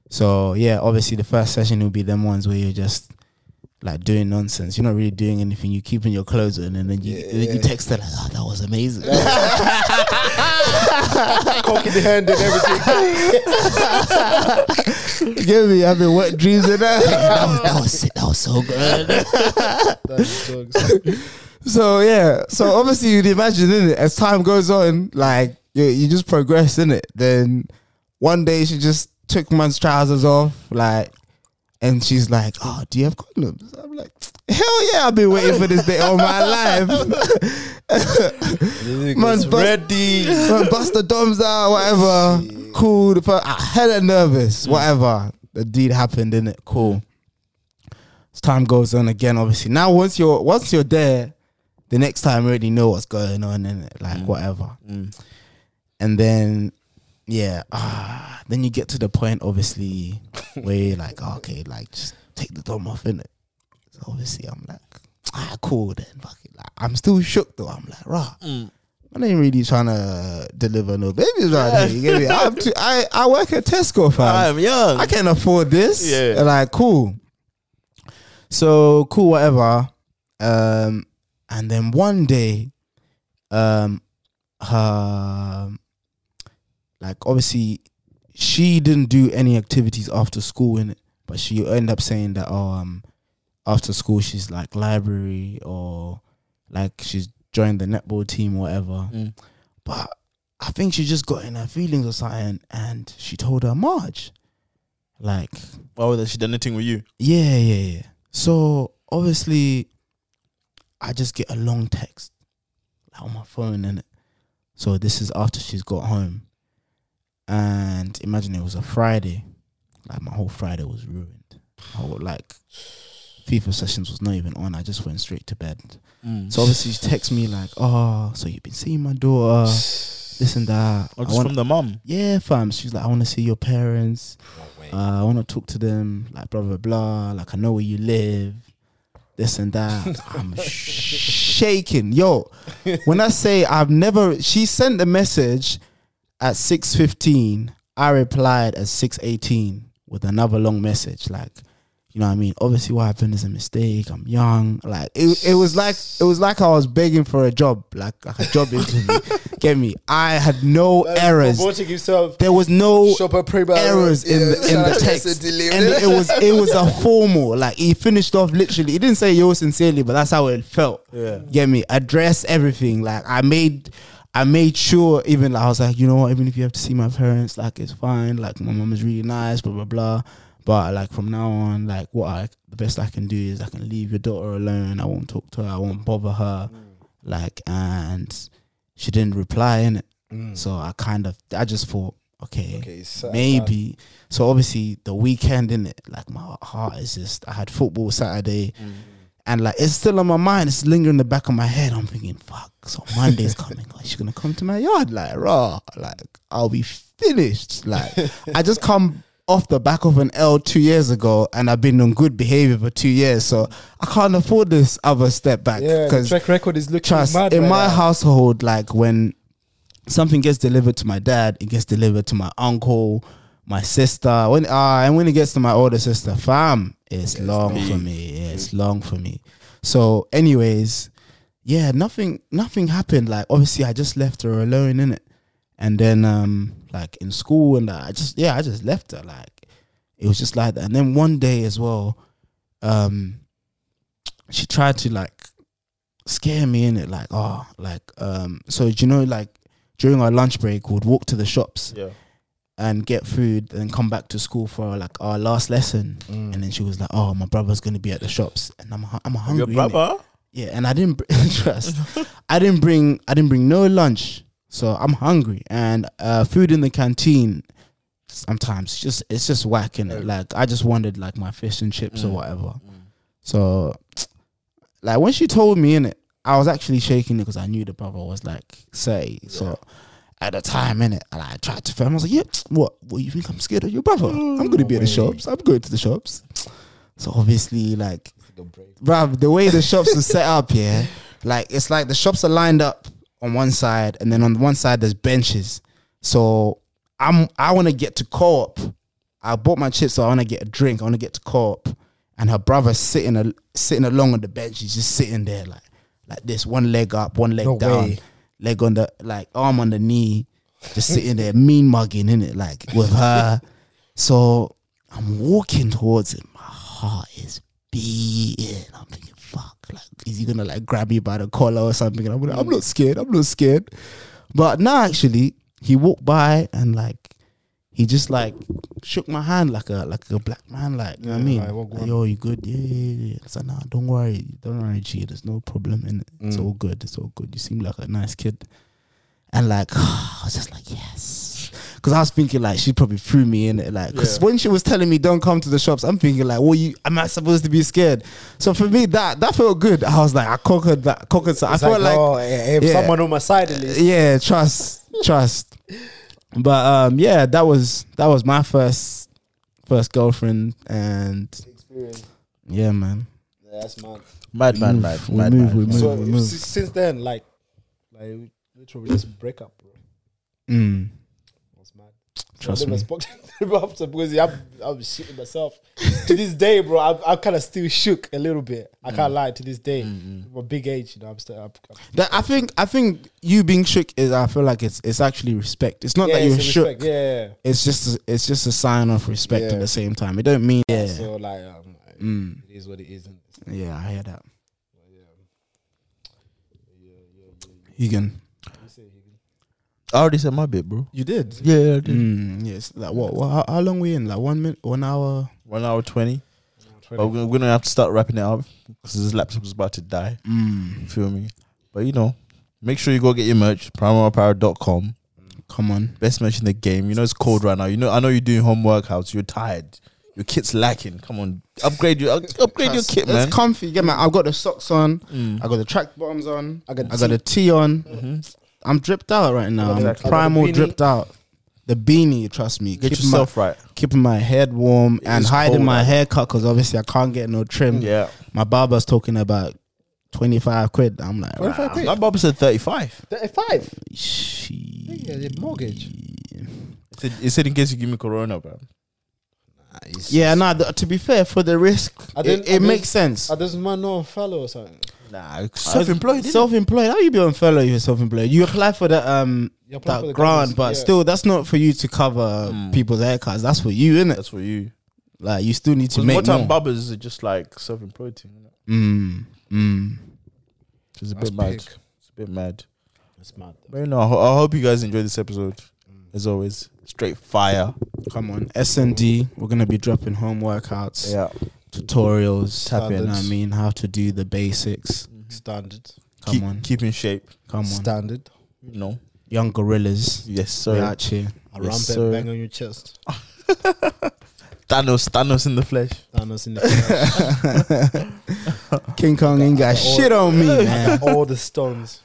So yeah, obviously the first session will be them ones where you're just like doing nonsense. You're not really doing anything. You're keeping your clothes on, and then you then you text her like, "Oh, that was amazing." coke in the hand and everything. Give me, I've been wet dreams and that. was, that was sick. That was so good. That's jokes. So yeah, so obviously you'd imagine in it as time goes on, like you, you just progress in it. Then one day she just took man's trousers off, like, and she's like, "Oh, do you have condoms?" I'm like, "Hell yeah, I've been waiting for this day all my life." man's ready. Man, bust the doms out, whatever. Cool. The per- I hella nervous, whatever. The deed happened, in it. Cool as time goes on again, obviously. Now once you're once you're there, the next time you already know what's going on in it, like whatever. And then yeah, ah, then you get to the point obviously where you're like, "Oh, okay, like just take the dome off in it. So obviously I'm like, ah, cool then. Fuck it. Like, I'm still shook though. I'm like, rah. I ain't really trying to deliver no babies right here. You get me? I'm too, I, I work at Tesco, fam. I'm young. I can afford this. Yeah. Like, cool. So cool, whatever. Um, And then one day, um, her, like obviously, she didn't do any activities after school in it, but she ended up saying that oh, um, after school she's like library or like she's joined the netball team or whatever. Mm. But I think she just got in her feelings or something, and she told her Marge, like Oh, that she done anything with you? yeah, yeah, yeah. So obviously, I just get a long text like, on my phone, and so this is after she's got home, and imagine it was a Friday, like my whole Friday was ruined. I would, like FIFA sessions was not even on. I just went straight to bed. Mm. So obviously, she texts me like, "Oh, so you've been seeing my daughter, this and that." Oh, I just want- from the mum. yeah, fam. She's like, I want to see your parents. way. Uh, I want to talk to them. Like, blah, blah, blah. Like, I know where you live. This and that. I'm shaking. Yo, when I say I've never, she sent the message at 6.15. I replied at 6.18 with another long message. Like, you know what I mean? Obviously what happened is a mistake. I'm young. Like it, it was like it was like I was begging for a job, like like a job interview. Get me? I had no errors. Promoting himself. There was no Shopper Priba. errors in the in the text, and it was it was a formal. Like he finished off literally. He didn't say yours sincerely, but that's how it felt. Yeah. Get me? Address everything. Like I made. I made sure, even like I was like, you know what, even if you have to see my parents, like it's fine. Like my mom is really nice, blah blah blah. But like from now on, like what I, the best I can do is I can leave your daughter alone. I won't talk to her. I won't bother her. Like and she didn't reply in it. So I kind of, I just thought, okay, Okay, so- maybe. So obviously the weekend in it, like my heart is just. I had football Saturday, and like it's still on my mind. It's lingering in the back of my head. I'm thinking, fuck. So Monday's coming. Like, she's gonna come to my yard, like raw. Like I'll be finished. Like I just come off the back of an L two years ago, and I've been on good behavior for two years. So I can't afford this other step back Yeah, the track record is looking trust mad in right my now. household like when something gets delivered to my dad it gets delivered to my uncle my sister when uh and when it gets to my older sister fam it's long for me yeah, it's long for me so anyways yeah nothing nothing happened like obviously i just left her alone in it and then um like in school and i just yeah i just left her like it was just like that and then one day as well um she tried to like scare me in it like oh like um so do you know like during our lunch break we'd walk to the shops Yeah. and get food and come back to school for like our last lesson and then she was like oh my brother's gonna be at the shops and i'm hu- i'm hungry Mm. Your innit? brother? yeah and i didn't br- trust i didn't bring i didn't bring no lunch so i'm hungry and uh food in the canteen sometimes just it's just whacking it like i just wanted like my fish and chips or whatever so like when she told me in it i was actually shaking it because i knew the brother was like say so at the time in it and i tried to film i was like yeah what what you think i'm scared of your brother i'm gonna be at the shops i'm going to the shops so obviously like bruv, the way the shops are set up here, like it's like the shops are lined up on one side, and then on one side there's benches. So I'm I want to get to co-op. I bought my chips, so I want to get a drink. I want to get to co-op, and her brother's sitting a, sitting along on the bench. He's just sitting there like like this, one leg up, one leg No down, way. leg on the like arm on the knee, just sitting there mean mugging in it like with her. So I'm walking towards him. My heart is beating. I'm thinking, fuck, like, is he gonna like grab me by the collar or something? And I'm like, I'm not scared. I'm not scared. But no, actually, he walked by and like he just like shook my hand like a like a black man, like you know what I mean? like, what- Like, Yo, you good? Yeah, yeah, yeah. It's like, nah, don't worry, don't worry, G. There's no problem in it. It's Mm. all good. It's all good. You seem like a nice kid. And like, I was just like, yes. Because I was thinking, like, she probably threw me in it. Like, because when she was telling me, don't come to the shops, I'm thinking, like, well, you, am I supposed to be scared? So for me, that that felt good. I was like, I conquered that, conquered. So I It's felt like, oh, eh, if yeah. someone on my side at least. yeah, trust, trust. But um, yeah, that was that was my first first girlfriend, and Experience. yeah, man. Yeah, that's mad. Mad, mad, move, mad. we mad, move, mad, we mad. move. So if- si- since then, like, like literally just break up, bro. Mm. was mad. Trust I never me. spoke to him after because I'm, I'm shitting myself. to this day, bro, I'm, I'm kind of still shook a little bit. I can't Mm. lie. To this day, my big age, you know, I'm still. I'm, I'm- That I think I think you being shook is I feel like it's it's actually respect. It's not yeah, that you're it's a shook. respect, Yeah, It's just it's just a sign of respect Yeah. at the same time. It don't mean yeah. yeah So like, um, Mm. it is what it is. And yeah. I hear that. Egan, I already said my bit, bro. you did. Yeah, yeah I did. Mm, yes. Like what? what how, how long we in? Like one minute, one hour. One hour twenty. Oh, But we're, we're gonna have to start wrapping it up because this laptop is about to die. Mm, Feel me? But you know, make sure you go get your merch. Primalpower.com. come on. Best merch in the game. You know it's cold right now. You know I know you're doing home workouts. You're tired. Your kit's lacking. Come on, upgrade your up- upgrade your That's- kit, It's man. comfy. Yeah, man. I've got the socks on. Mm. I got the track bottoms on. I got I got the tee Mm-hmm. on. Mhm. I'm dripped out right now. I'm Exactly. primal Beanie. dripped out. The beanie, trust me, Get keeping yourself right. my, keeping my head warm It and is hiding cold my out. haircut because obviously I can't get no trim. Yeah. My barber's talking about twenty five quid. I'm like, 25 wow, quid? My barber said 35. Five. she- Yeah, the mortgage. He said, he said in case you give me corona, bro. Yeah, no. to be fair, for the risk, I it, didn't- I it makes sense. Are this man Uh, no fellow or something? Nah, self-employed. didn't Self employed. How you be on fellow? You're self employed. You apply for the um You apply that for the grant, government, but yeah. still, that's not for you to cover Mm. people's haircuts. That's for you, it? innit? That's for you. Like you still need to Because make more time more. barbers are just like self-employed thing. You know? Mm, mm. Which is a That's bit mad. big. It's a bit mad. That's mad. Mm. But you know, I, ho- I hope you guys enjoyed this episode. As always, straight fire. Come on, S and D. We're gonna be dropping home workouts, Yeah. tutorials. Tap in. you know what I mean, how to do the basics. Standard. Come keep, on, keep in shape. come on, Standard. You know. young gorillas. Yes, Sorry. sir. We out here. A Yes, rampant sir. bang on your chest. Thanos, Thanos in the flesh. Thanos in the flesh. King Kong ain't got shit on me, man. I got all the stones.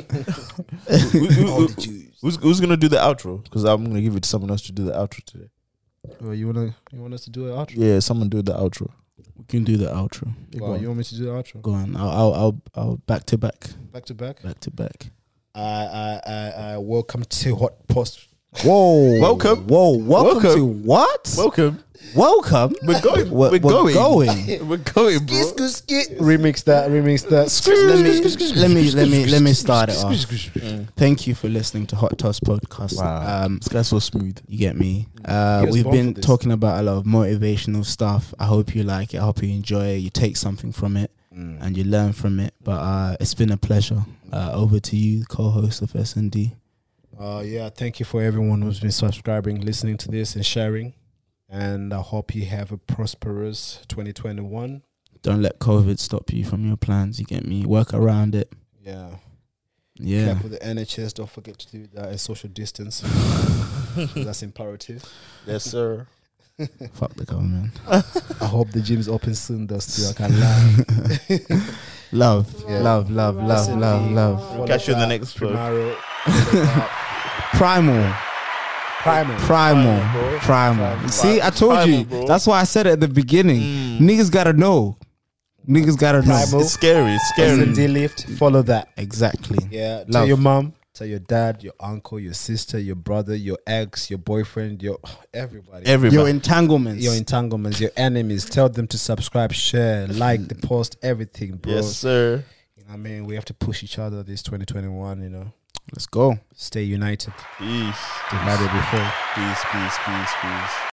Who- who- All who- the Jews. who's, who's gonna do the outro? Because I'm gonna give it to someone else to do the outro today. Oh, you wanna you want us to do an outro? Yeah, someone do the outro. We can do the outro. Wow, you want me to do the outro? Go on. I'll, I'll, I'll, I'll back to back, Back to back. back to back. I I I, I welcome to Hot Post. Whoa. Welcome. Whoa. Welcome, Welcome. to what? Welcome. welcome. We're going. We're, We're, we're going. going. We're going, bro. Remix that. Remix that. let me let me let me let me start it off. Mm. Thank you for listening to Hot Toss Podcast. Wow. Um, This guy's so smooth. you get me. Uh, Mm. He was we've born been for this. talking about a lot of motivational stuff. I hope you like it. I hope you enjoy it. You take something from it Mm. and you learn from it. But uh, it's been a pleasure. Uh, over to you, co-host of S and D. Uh, yeah, thank you for everyone who's been subscribing, listening to this, and sharing. And I hope you have a prosperous 2021. Don't let COVID stop you from your plans. You get me. Work around it. Yeah. Yeah. Care for the NHS. Don't forget to do that and social distance. That's imperative. Yes, sir. Fuck the government. I hope the gym's open soon. That's still I can lie. Love, Yeah. love, love, love, Listen, love, we- love. We'll catch you in the next vlog. Primero. Primal, Primal, Primal. primal, bro. primal. Primal. See, I told Primal, you. bro. That's why I said it at the beginning. Niggas gotta know. Niggas gotta know. Mm. Primal. It's scary. It's It's a scary. D lift. Follow that. Exactly. Yeah. Tell Love. your mom, tell your dad, your uncle, your sister, your brother, your ex, your boyfriend, your everybody. Your Everybody. entanglements. your entanglements, your enemies. Tell them to subscribe, share, like the post, everything, bro. Yes, sir. You know what I mean, we have to push each other this 2021, you know. Let's go. Stay united. Peace. Divided before. Peace. Peace. Peace. Peace.